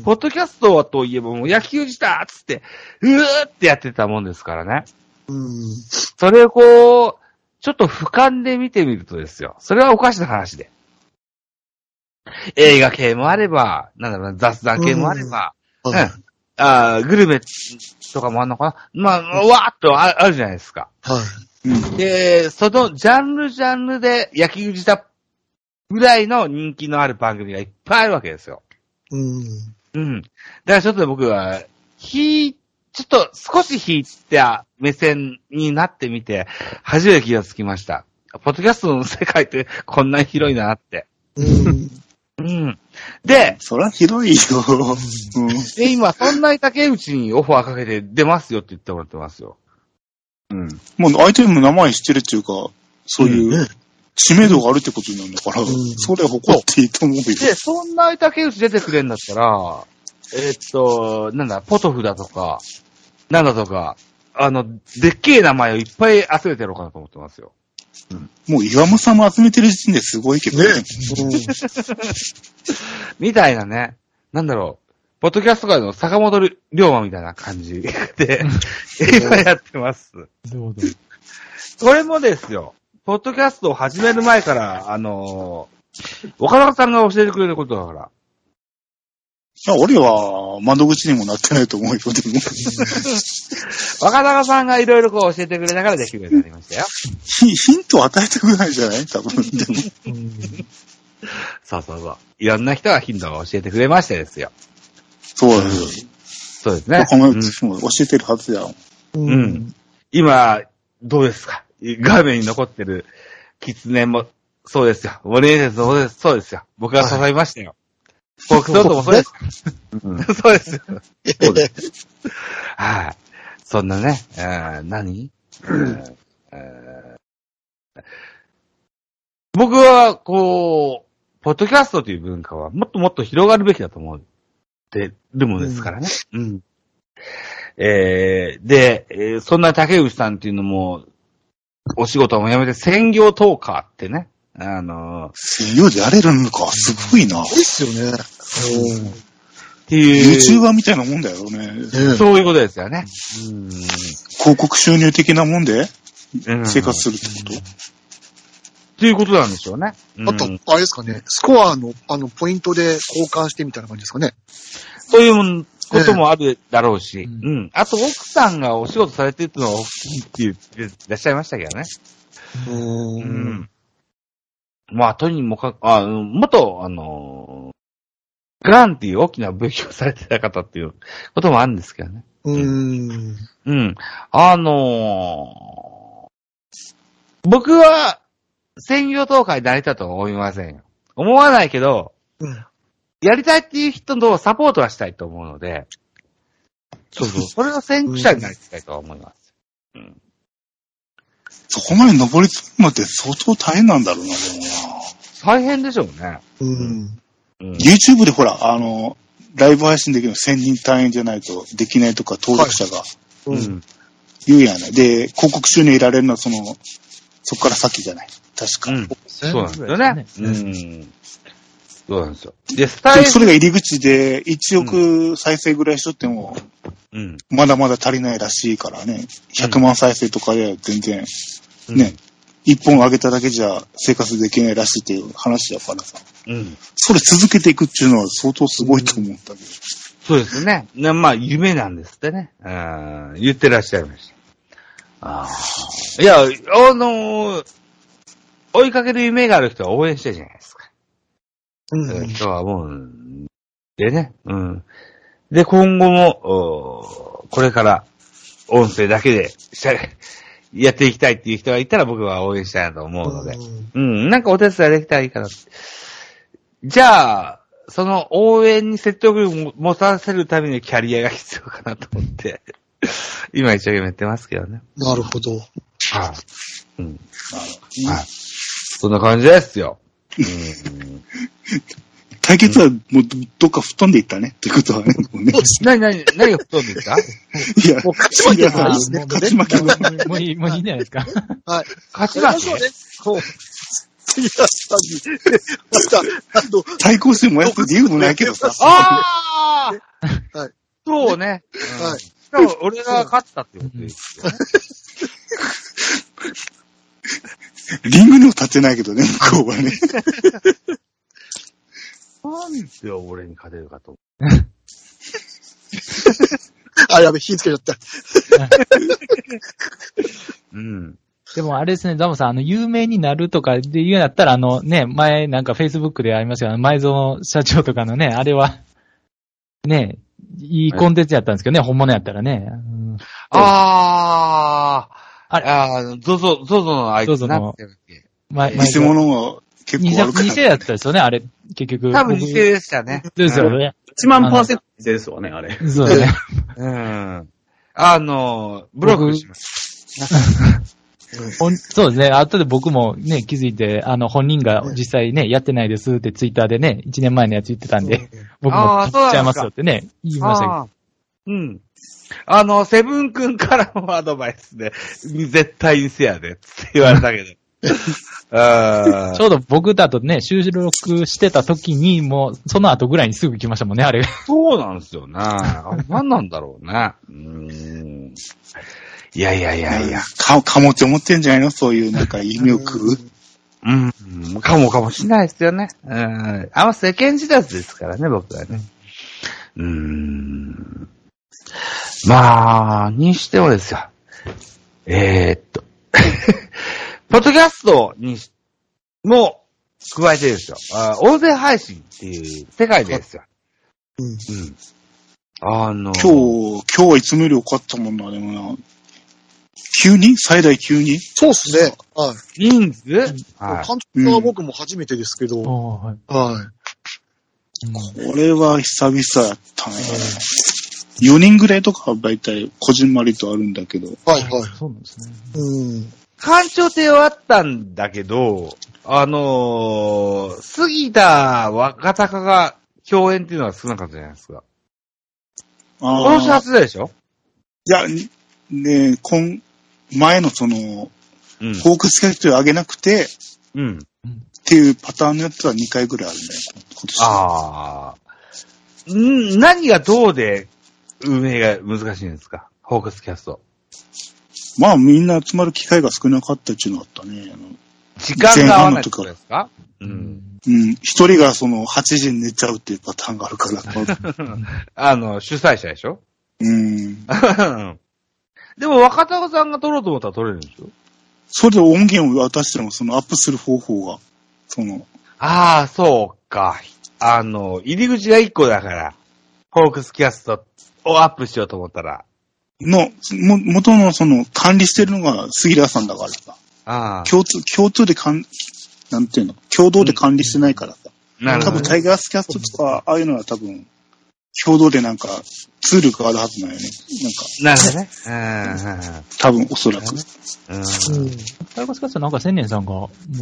ポッドキャストはといえばもう野球自体っつって、うーってやってたもんですからね。うん。それをこう、ちょっと俯瞰で見てみるとですよ。それはおかしな話で。映画系もあれば、なんだろうな、雑談系もあれば、うんうんあーグルメとかもあんのかなまあ、わーっとああるじゃないですか。はい。で、そのジャンルジャンルで野球自体ぐらいの人気のある番組がいっぱいあるわけですよ。うん。うん。だからちょっと僕は、ひ、ちょっと少し引いた目線になってみて、初めて気がつきました。ポッドキャストの世界ってこんなに広いなって。 うん。うん。で、そらひどいよ。うん。で今、そんなに竹内にオファーかけて出ますよって言ってもらってますよ。うん。もう相手にも名前してるっていうか、そういう知名度があるってことなんだから、それは誇っていいと思うよ。で、そんなに竹内出てくれんだったら、えーっと、なんだ、ポトフだとか、なんだとか、あの、でっけえ名前をいっぱい集めてやろうかなと思ってますよ。もう岩間さんも集めてる時点ですごいけどね。みたいなね。なんだろう。ポッドキャスト界の坂本龍馬みたいな感じで、今やってます。なるほど。これもですよ。ポッドキャストを始める前から、あのー、岡田さんが教えてくれることだから。いや、俺は窓口にもなってないと思うよ、でも。若田さんがいろいろこう教えてくれながらできるようになりましたよ。ヒ ヒントを与えてくれないじゃない多分。でも。そうそうそう。いろんな人が頻度を教えてくれましてですよ。 そうです。そうですね。このうも教えてるはずやん。うん。うん。今、どうですか画面に残ってる、狐も、そうですよ。モリエンセスもそうですそうですよ。僕が誘いましたよ。フォークソートもそうです。そうですよ。そうで はい。そんなね、えー何うんえー僕は、こう、ポッドキャストという文化はもっともっと広がるべきだと思ってるものですからね。うん。えーで、えーそんな竹内さんっていうのも、お仕事も辞めて専業トーカーってね、あの専用でやれるのか、すごいな。ですよね。ーっていう、 YouTuber みたいなもんだよね。そういうことですよね。うん。広告収入的なもんでうん生活するってこっていうことなんでしょうね。うんあと、あれですかね、スコアの、あの、ポイントで交換してみたいな感じですかね。そういうもん、こともあるだろうし、うんうん。あと、奥さんがお仕事されてるっていうのは大きいって言ってらっしゃいましたけどね。う。うんん。まあ、とにもかく、あの、元、あのー、ガンっていう大きな病気をされてた方っていうこともあるんですけどね。うん。うん。あのー僕は、専業倒壊になりたいとは思いませんよ。思わないけど、うんやりたいっていう人のサポートはしたいと思うので、そうそう。それを先駆者になりたいとは思います。そこまで登り詰むのって相当大変なんだろうな、でもな。大変でしょうね。うん。うん。 YouTube でほら、あの、ライブ配信できるの1000人単位じゃないとできないとか、登録者がう。うんん。言うやない。で、広告収入いられるのはその、そこから先じゃない。確か。うん。そうそうなんですよね。う。うんん。そうなんですよ。で、スタイでルも、それが入り口で1億再生ぐらいしとっても、うん。まだまだ足りないらしいからね。100万再生とかでは全然、うんね、1本上げただけじゃ生活できないらしいっていう話だからさ。うん。それ続けていくっていうのは相当すごいと思ったけど。そうですね。ねまあ、夢なんですってね。うん。言ってらっしゃいました。ああ。いや、あのー追いかける夢がある人は応援してるじゃないですか。うん。とは思うんでね。うん。で、今後も、おーこれから、音声だけでしゃ、やっていきたいっていう人がいたら僕は応援したいなと思うので。うん、なんかお手伝いできたらいいかなって。じゃあ、その応援に説得力を持たせるためにキャリアが必要かなと思って、 今一生懸命やってますけどね。なるほど。はい、うん。あのはい。そんな感じですよ。 うん。対決はもうどどっか吹っ飛んでいったね。っていうことはね、もうね。なになに、何が吹っ飛んできたいや、勝ち負けあがいいですね勝ち負けが。もういい、もういいんじゃないですか。はい。勝ちやり負ましょうけね。そう。杉田さんに、確か、あの、対抗して燃やす理由もないけどさ。あ あ、はいそうね。はいしかも俺が勝ったってことですよね。リングにも立ってないけどね、向こうはね。なんですよ、俺に勝てるかと。あ、やべ、火つけちゃった。うん。でもあれですね、ダムさん、あの、有名になるとかで言うようになったら、あのね、前なんか Facebook でありましたけど、前園社長とかのね、あれは、ね、いいコンテンツやったんですけどね、本物やったらね。うんああ、あれ、ああ、ゾゾ、ゾゾの相手ゾゾなんのだっけ前、前偽物が結構あるか偽偽ら。だったですよね、あれ、結局。多分偽でしたね。僕ですよね。 1万パーセントですわね、あれ。そうだね。うん。あの、ブロックします。ほんそうですね。後で僕もね、気づいて、あの、本人が実際ね、やってないですってツイッターでね、1年前のやつ言ってたんで、僕もあーそうなんですか買っちゃいますよってね、言いましたけど。あーうん。あの、セブン君からもアドバイスで、絶対にせやで、って言われたけど。 あちょうど僕だとね、収録してた時に、もう、その後ぐらいにすぐ来ましたもん ね、あれが。そうなんですよね。あ何なんだろうね。うーん。いやいやいいややいいやや。、か、かもって思ってんじゃないのそういうなんか夢を食う。うん。かもかもしれないですよね。うん。あんま世間知らずですからね、僕はね。うーん。まあ、にしてもですよ。えー、っと。 ポッドキャストにしも加えてですよ。あ大勢配信っていう世界でですよ。うんうん。あの、今日、今日はいつもより良かったもんな、でもな。急に最大急にそうですね。はい。人数はい。監督は僕も初めてですけど、はい。おーはいこれは久々やったね。4人ぐらいとかは大体、こじんまりとあるんだけど。はい、はい。そうなんですね。うん。干潮亭はあったんだけど、あのー、杉田若隆が共演っていうのは少なかったじゃないですか。あ今年ー初でしょいや、にねえ、こん、前のその、うんフォークスケットを上げなくて、っうん。ていうパターンのやつは2回ぐらいあるね、今年。ああ。ん何がどうで運営が難しいんですかフォークスキャスト。まあみんな集まる機会が少なかったっていうのがあったね。あの時間が合わないってことですかう。うんんうん。一人がその8時に寝ちゃうっていうパターンがあるか ら。あの、主催者でしょ うん。でも若田さんが撮ろうと思ったら撮れるんでしょそれで音源を渡してもそのアップする方法が、その、ああ、そうか。あの、入り口が1個だから、ホークスキャストをアップしようと思ったら。の、も、元のその管理してるのが杉浦さんだからさ。ああ、共通、共通でかん、なんていうの、共同で管理してないからさ。なるほ多ど分ね、タイガースキャストとか、ああいうのは多分、共同でなんか、ツールがあるはずなんよね。なんか、なるほどね。う多分おそらく。んうんうん。うん。タイガースキャストなんか千年さんが、もう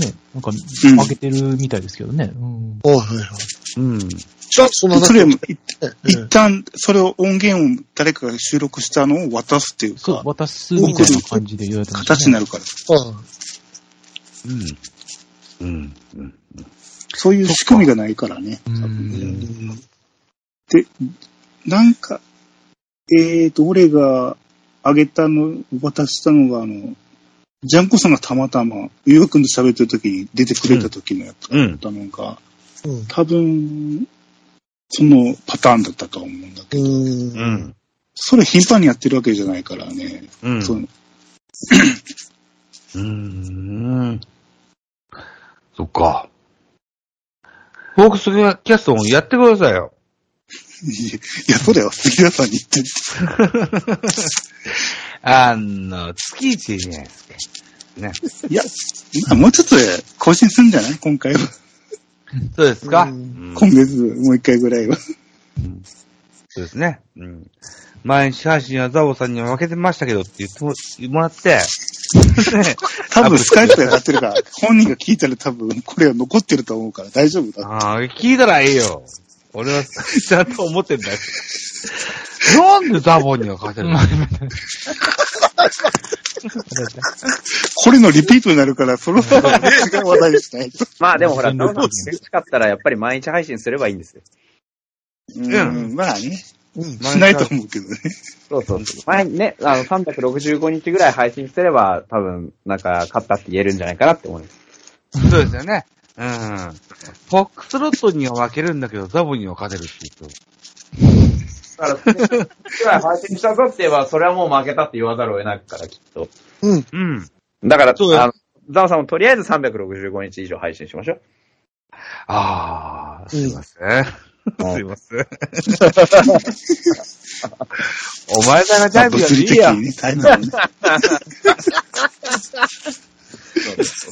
ね、なんか、うん負けてるみたいですけどね。うん。おはいはい。うん。ちょっとそのそれも、いうん一旦、それを音源を誰かが収録したのを渡すっていうそうか、、渡すみたいな感じで言われたんです形になる。るから。うん。うん。うん。そういう仕組みがないからね。うん。で、なんか、えーと、俺があげたの、渡したのが、あの、ジャンコさんがたまたま、ゆうくんと喋ってる時に出てくれた時のやつうん。だったのが、うん。多分、そのパターンだったと思うんだけど、うん。うん。それ頻繁にやってるわけじゃないからね。うん。そうのーん。そっか。ホークスキャストもやってくださいよ。いや、それは杉田さんに言ってる。あの、月一でいいじゃないですか。ね。いや、今もうちょっとで更新するんじゃない今回は。そうですか、うんうん今月、もう一回ぐらいは。そうですね。うん。前に阪神はザボさんには負けてましたけどって言ってももらって、ね 多分、スカイプでやってるから、本人が聞いたら多分、これは残ってると思うから大丈夫だ。ああ、聞いたらいいよ。俺は、ちゃんと思ってんだよ。なんでザボには勝てるのこれのリピートになるから、そろそろ違う話題にしないと。まあでもほら、うんどうなんですかったらやっぱり毎日配信すればいいんですよ。うん、まあね。うん。しないと思うけどね。そうそう。前にね、あの、365日ぐらい配信すれば、多分、なんか、勝ったって言えるんじゃないかなって思います。そうですよね。うん。フォックスロットには負けるんだけど、ザボには勝てるって言うだから、ぐらい配信したぞって言えば、それはもう負けたって言わざるを得ないから、きっと。うん。と。うん。だから、そうよあの、ザオさんもとりあえず365日以上配信しましょう。ああ、すいません。 すいませ ん。お前さんがジャイブやっていいや。にね、大変だもんね。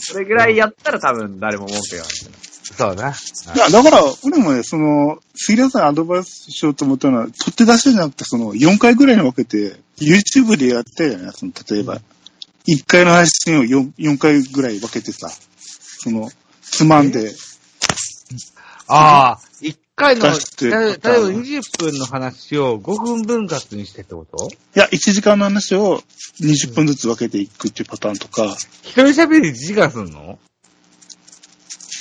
それぐらいやったら多分誰も文句言わない。そうだな。いや、だから、俺もね、その、杉田さんにアドバイスしようと思ったのは、取って出しじゃなくて、その、4回ぐらいに分けて、YouTube でやったよね、その、例えば、1回の配信を 4, 4回ぐらい分けてさ、その、つまんで、ああ、一回の、た出して例えばパターン20分の話を5分分割にしてってこといや、1時間の話を20分ずつ分けていくっていうパターンとか、一人喋り1時間すんの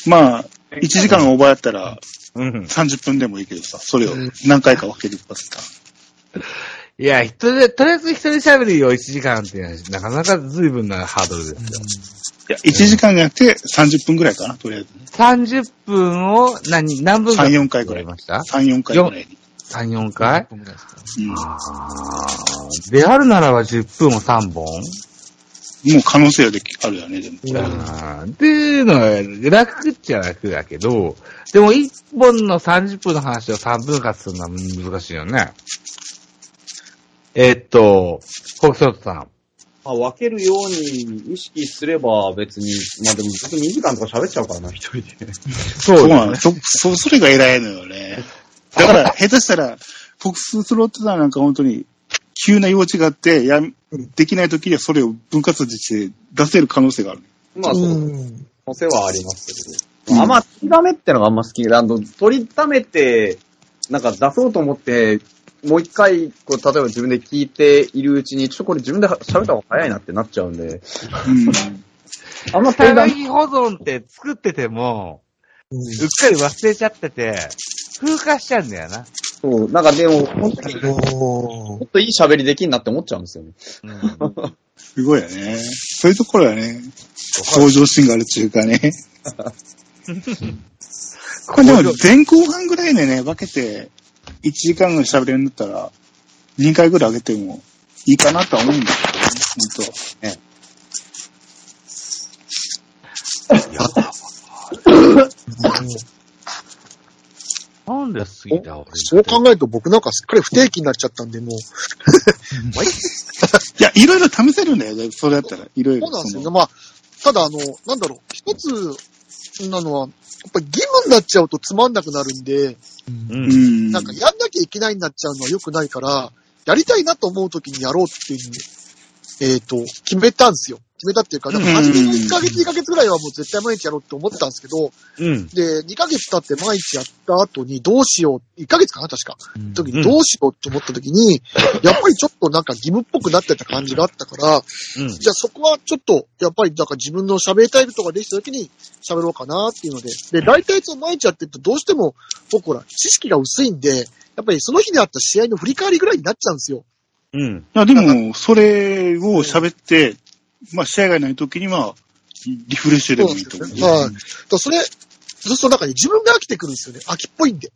まあ、1時間オーバーやったらうん。 30分でもいいけどさ、それを何回か分けていくパターン。いや、一人で、とりあえず一人喋りを1時間っていうのは、なかなか随分なハードルですよ。いや、1時間じゃなくて30分ぐらいかな、とりあえずね。 30分を何、何分3、4回ぐらいやりました3、4回ぐらいに。 ?3、4回うんあーであるならば10分を3本もう可能性はできあるよね、でも。あーっていうのは楽っちゃ楽だけど、でも1本の30分の話を3分割するのは難しいよね。えーっと、北斗さん。まあ、分けるように意識すれば別に、まあでも僕2時間とか喋っちゃうからな、一人で。そそうなの、そ、そ、それが偉いのよね。だから、下手したら、フォックススロットさんなんか本当に、急な用事があって、やん、できない時にはそれを分割して出せる可能性がある。まあ、そうのん。可能性はありますけうど。んあんま、取りためってのがあんま好き。あの、取りためて、なんか出そうと思って、もう一回、こう、例えば自分で聞いているうちに、ちょっとこれ自分で喋った方が早いなってなっちゃうんで、 うん。あんまた取りだためき保存って作ってても、うんうっかり忘れちゃってて、風化しちゃうんだよな。そう、なんかでも、本当にもおーっといい喋りできんなって思っちゃうんですよね。うん、 すごいよね。そういうところはね、向上心があるっていうかね。これでも前後半ぐらいでね、分けて、1時間ぐらい喋れるんだったら、2回ぐらい上げてもいいかなとは思うんだけどね、なんで杉田をそう考えると僕なんかすっかり不定期になっちゃったんで、もう。本当。いや、いろいろ試せるんだよ、それだったら。いろいろ。そうなんですよそね。のまあ、ただあの、なんだろう、一つなのは、やっぱり義務になっちゃうとつまんなくなるんで、う。うんん。なんかやんなきゃいけないになっちゃうのは良くないから、やりたいなと思う時にやろうっていうふうに、えっ、と、決めたんですよ。決めたっていうか、でもうん初めの1ヶ月、2ヶ月ぐらいはもう絶対毎日やろうって思ってたんですけど、うん。で、2ヶ月経って毎日やった後にどうしよう、1ヶ月かな確か。うん時にどうしようって思った時に、 やっぱりちょっとなんか義務っぽくなってた感じがあったから、うんじゃあそこはちょっと、やっぱりなんか自分の喋りたいことができた時に喋ろうかなっていうので、で、大体その毎日やってるとどうしても、僕ほら、知識が薄いんで、やっぱりその日にあった試合の振り返りぐらいになっちゃうんですよ。うん。いや、でも、それを喋って、まあ、試合がない時には、リフレッシュでもいいと思う。そうなんですだからそれ、そうするとなんかね、自分が飽きてくるんですよね。飽きっぽいんで。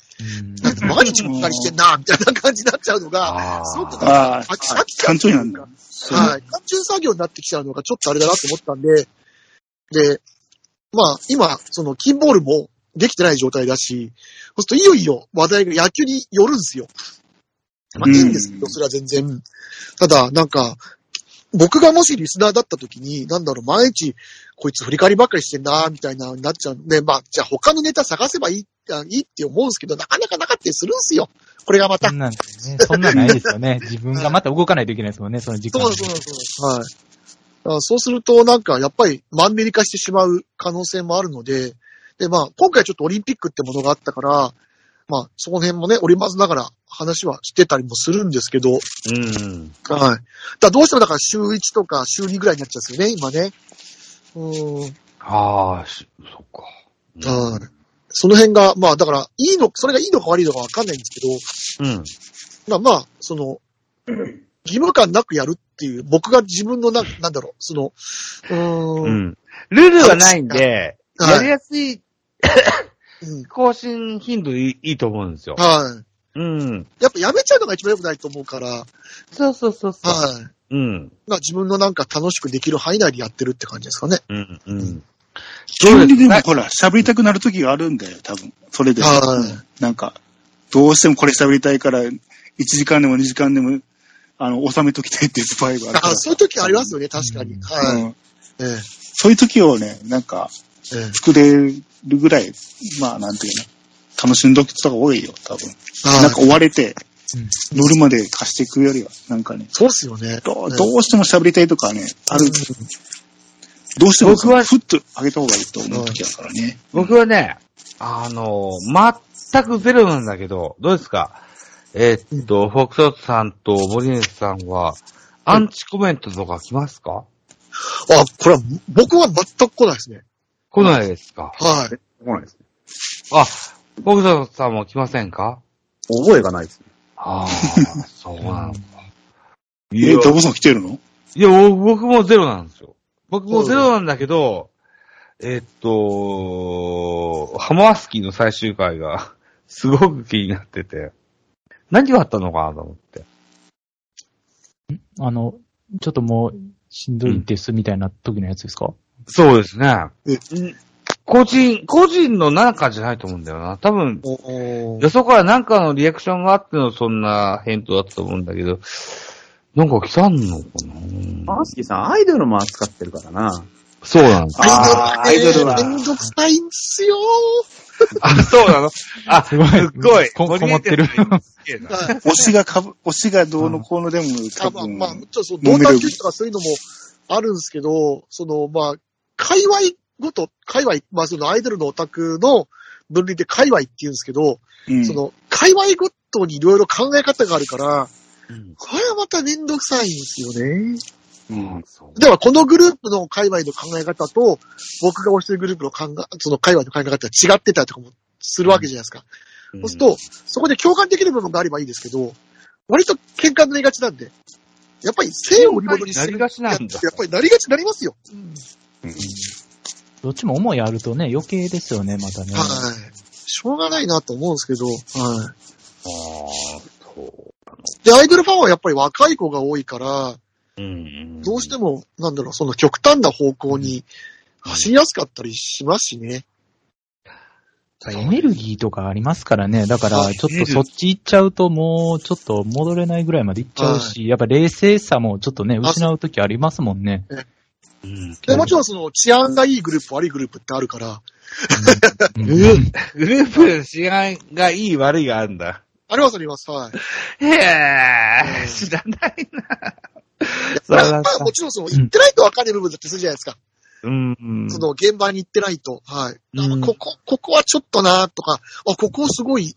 なんか毎日こんなにしてんな、みたいな感じになっちゃうのが、あすごくあ。ああ飽き、飽きちゃう単と調いにうなかるんだ。そうはい。単純作業になってきちゃうのがちょっとあれだなと思ったんで、で、まあ、今、その、キンボールもできてない状態だし、そうするといよいよ話題が野球によるんですよ。まあ、うんいいんですけど、それは全然。ただ、なんか、僕がもしリスナーだった時に、なんだろう、毎日、こいつ振り返りばっかりしてんな、みたいな、になっちゃうんで、まあ、じゃあ他のネタ探せばいい、あいいって思うんですけど、なかなかなかったりするんですよ。これがまたそ。んなんね、そんなんないですよね。自分がまた動かないといけないですもんね、その時間。そうそうそう。はい。だからそうすると、なんか、やっぱりマンネリ化してしまう可能性もあるので、で、まあ、今回ちょっとオリンピックってものがあったから、まあ、その辺もね、織り交ぜながら話はしてたりもするんですけど、はい。うん。だからどうしてもだから週1とか週2ぐらいになっちゃうんですよね、今ね。うーん。ああ、しそっか。はい。その辺が、まあ、だから、いいの、それがいいのか悪いのかわかんないんですけど、うん。まあまあ、そ の、義務感なくやるっていう、僕が自分のな、なんだろう、その、ううーん。ん。ルールはないんで、やはりい。やすいうん更新頻度いいいいと思うんですよ。はい。うん。やっぱやめちゃうのが一番良くないと思うから、はい。そうそうそうそう。うん。まあ自分のなんか楽しくできる範囲内でやってるって感じですかね。うん。うん。急にでも、ほら、喋りたくなる時があるんだよ、多分。それで。はなんか、どうしてもこれ喋りたいから、1時間でも2時間でも、あの、収めときたいっていうスパイがあるから。あそういう時ありますよね、確かに。はい。うんええそういう時をね、なんか、ええ作れるぐらい、まあ、なんていうの、楽しんどきとか多いよ、多分。なんかはい。追われてうん、乗るまで貸していくよりは、なんかね、そうっすよね。どうねどうしても喋りたいとかね、ある、どうしても、ふっと上げた方がいいと思う時だからね。僕はね、あの、全くゼロなんだけど、どうですかえーっと、フォックストさんと森西さんは、アンチコメントとか来ますかあ、これは僕は全く来ないですね。来ないですかはい。来ないですね。あ、フォックストさんも来ませんか覚えがないですね。 ああ、そうなのか。いえ、や、ダボさん来てるのいや、僕僕もゼロなんですよ。僕もゼロなんだけど、えーっと、ハマースキーの最終回が、 すごく気になってて、何があったのかなと思って。あの、ちょっともう、しんどいです、みたいな時のやつですか、そうですねえうん。個人、個人のなんかじゃないと思うんだよな。多分、およそからなんかのリアクションがあってのそんな返答だったと思うんだけど、なんか来たんのかマなースキーさん、アイドルも扱ってるからな。そうなんです。あーアイドルはめんどくさいんですよ。 あ、そうなの あ、すごいごい。ここもってる盛り上げてるね。はい。推しがかぶ、推しがどうのこうのでも、あ多まあ分まあ、もちろんそう、揉同める担拒否とかそういうのもあるんですけど、その、まあ、界隈ごと、界隈、まあそのアイドルのオタクの分類で界隈って言うんですけど、うんその、界隈ごとにいろいろ考え方があるから、これはまためんどくさいんですよね。うん、そう。では、このグループの界隈の考え方と、僕が推してるグループの考え、その界隈の考え方が違ってたりとかもするわけじゃないですか。そうすると、そこで共感できる部分があればいいですけど、割と喧嘩になりがちなんで、やっぱり性を売り物にする。喧嘩になりがちなんだやっぱりなりがちになりますよ。どっちも思いあるとね、余計ですよね、またね。はい。しょうがないなと思うんですけど、はい。ああ、そで、アイドルファンはやっぱり若い子が多いから、う。うん。どうしても、なんだろう、その極端な方向に走りやすかったりしますしね。エネルギーとかありますからね。だから、ちょっとそっち行っちゃうともう、ちょっと戻れないぐらいまで行っちゃうし、やっぱ冷静さもちょっとね、あ失うときありますもんね。うん。で、もちろんその治安がいいグループ、悪いグループってあるから、うんグループ、グループの治安がいい悪いがあるんだ。ありますあります、はい。へえ、知らないな。そまうなあ、んまだあ、もちろんその、行ってないと分かる部分だってするじゃないですか。うん。うんその、現場に行ってないと。はい。うんここ、ここはちょっとなとか、あ、ここすごい、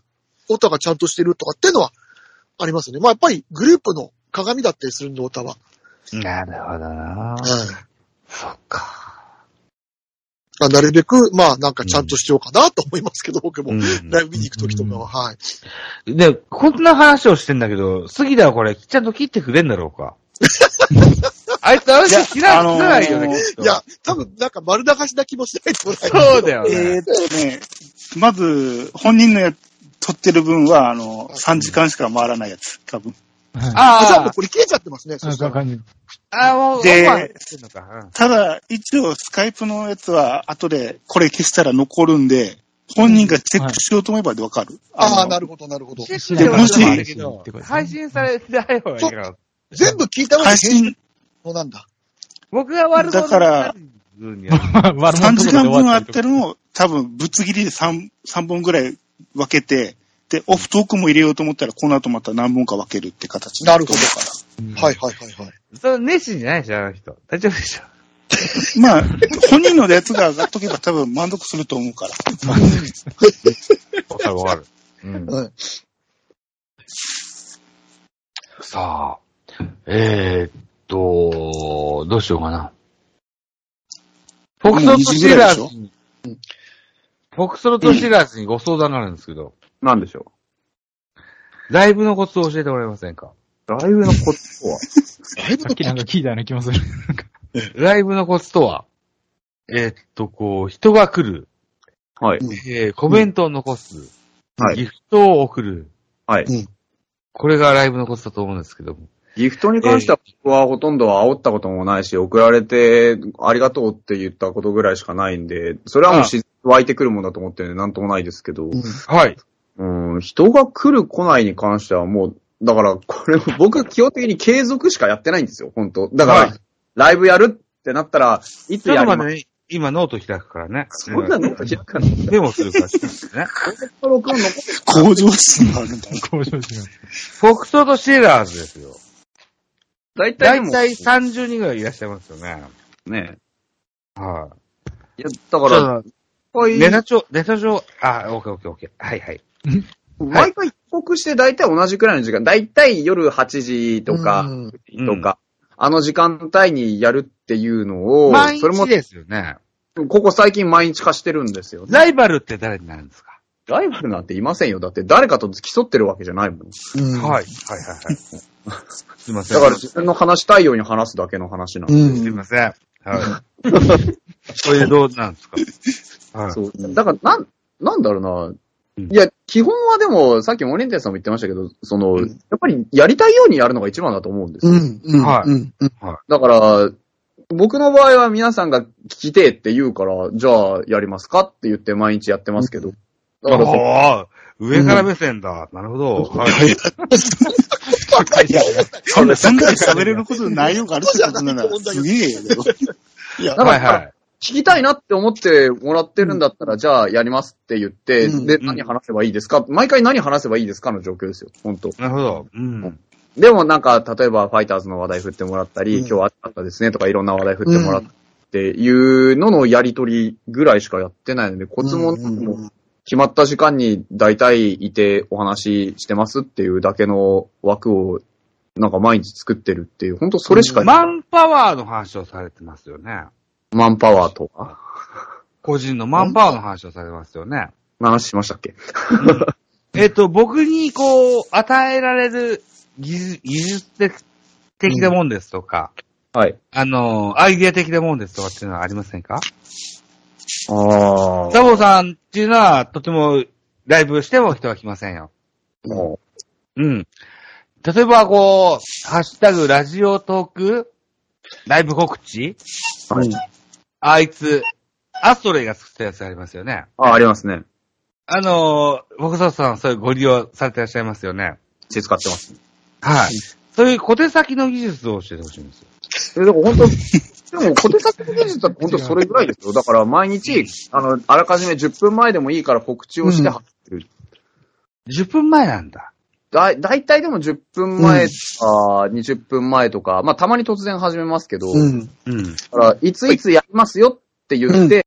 オタがちゃんとしてるとかっていうのは、ありますよね。まあ、やっぱりグループの鏡だったりするんで、オタは。なるほどなはい。。そっか。まあ、なるべく、まあ、なんかちゃんとしようかなと思いますけど、僕も。んライブ見に行くときとかは、はい。で、こんな話をしてんだけど、杉田はこれ、ちゃんと切ってくれんだろうか。あいつ、あの人切らあのー切らないよね、きっといや、多分なんか丸流しな気もしないとそうだよえーねっ。とね、まず、本人のや撮ってる分は、あの、3時間しか回らないやつ、多分。あ、あ、じゃあもあうこれ切れちゃってますね。そなんした。から感じ。あ、あもう、でオファーしてんのかただ、一応、スカイプのやつは、後で、これ消したら残るんで、本人がチェックしようと思えばでわかる。ああ、のなるほど、なるほど。うんしでもしあるけど配信されてない方がいいかな。全部聞いた上で配信そうなんだ。僕が悪者になる分には、 悪3者とか時間で終分わあっっててる。るのを、多分、ぶつ切りで 3, 三本ぐらい分けて、で、オフトークも入れようと思ったら、この後また何本か分けるって形なるほどだから。はいはいはいはい。 その熱心じゃないでしょ、あの人。大丈夫で しょ。まあ、本人のやつが上がっとけば多分満足すると思うから。わかるわかる。うんうんさあ、えー、っと、どうしようかな。フォクソもロうト2時シぐらいラでスしょに、フォクソロトシラスにご相談があるんですけど、なんでしょライブのコツを教えてもらえませんかう。ライブのコツとはさっきなんか聞いたような気もする。 ライブのコツとは、えーっと、こう、人が来る、はい。えーコメントを残す、はいギフトを送る、はいうんこれがライブのコツだと思うんですけども。ギフトに関しては僕はほとんど煽ったこともないし、送られてありがとうって言ったことぐらいしかないんで、それはもう自然と湧いてくるもんだと思ってるんで、なんともないですけど、はい。うん、人が来る来ないに関してはもう、だからこれ僕基本的に継続しかやってないんですよ、本当だから、はいライブやるってなったら、いつちょっやとりま待ってね、今ノート開くからね。そんなの開かない。デモするからね。録音残って向上心があるんだ。向上心がフォクソロトシラーズです よ。大だ体でいもたい30人ぐらいいらっしゃいますよね。ね。はいや、だかい。ちら、ょっと毎ネ回タ帳、ネタ帳、あ、オッケーオッケーオッケー。はいはい。毎回帰国して大体同じくらいの時間、大体夜8時とうか、んとか、あの時間帯にやるっていうのを、毎それ日も、ですよね。ここ最近毎日化してるんですよ。ライバルって誰になるんですかライバルなんていませんよ。だって誰かと競ってるわけじゃないもん。うんはい。はいはいはい。 すいません。だから自分の話したいように話すだけの話なんうで。んすいません。 はい。それでどうなんですかはい。そう。だから、なん、なんだろうな。うんいや、基本はでも、さっきモリンテンさんも言ってましたけど、その、うやんっぱりやりたいようにやるのが一番だと思うんですうよ。ん、うん、はうん、うん。だから、僕の場合は皆さんが聞きてえって言うから、じゃあやりますかって言って毎日やってますけど。だからそおー上から目線だ。なるほど。はい。いや、そんな、 そんなに喋れること内容があるってことなら、すげえよ。いや、だはいから、はい。聞きたいなって思ってもらってるんだったら、じゃあやりますって言って、うんで、うん何話せばいいですか毎回何話せばいいですかの状況ですよ。本当なるほど。うん。でもなんか、例えばファイターズの話題振ってもらったり、うん今日はあったですねとかいろんな話題振ってもらっていうののやりとりぐらいしかやってないので、コツもなんかもう決まった時間に大体いてお話ししてますっていうだけの枠をなんか毎日作ってるっていう、本当それしか、マンパワーの話をされてますよね。マンパワーとか、個人のマンパワーの話をされますよね。話しましたっけえっと、僕にこう、与えられる技術技術的的なもんですとか、はい。あの、アイデア的なもんですとかっていうのはありませんかあザボさんっていうのは、とても、ライブしても人は来ませんよ。あ。もうん。例えば、こう、ハッシュタグ、ラジオトーク、ライブ告知、う、はい。あいつ、アストレイが作ったやつありますよね。あ、ありますね。あのー、僕ささん、そういうご利用されていらっしゃいますよね。手使ってます。はい。そういう小手先の技術を教えてほしいんですよ。え、だから本当でも小手先の技術だって本当それぐらいですよ。だから毎日、あの、あらかじめ10分前でもいいから告知をして、 10分前なんだ。だい、だいたいでも10分前とか、20分前嗯とか、まあたまに突然始めますけど、うん。うん。だからいついつやりますよって言って、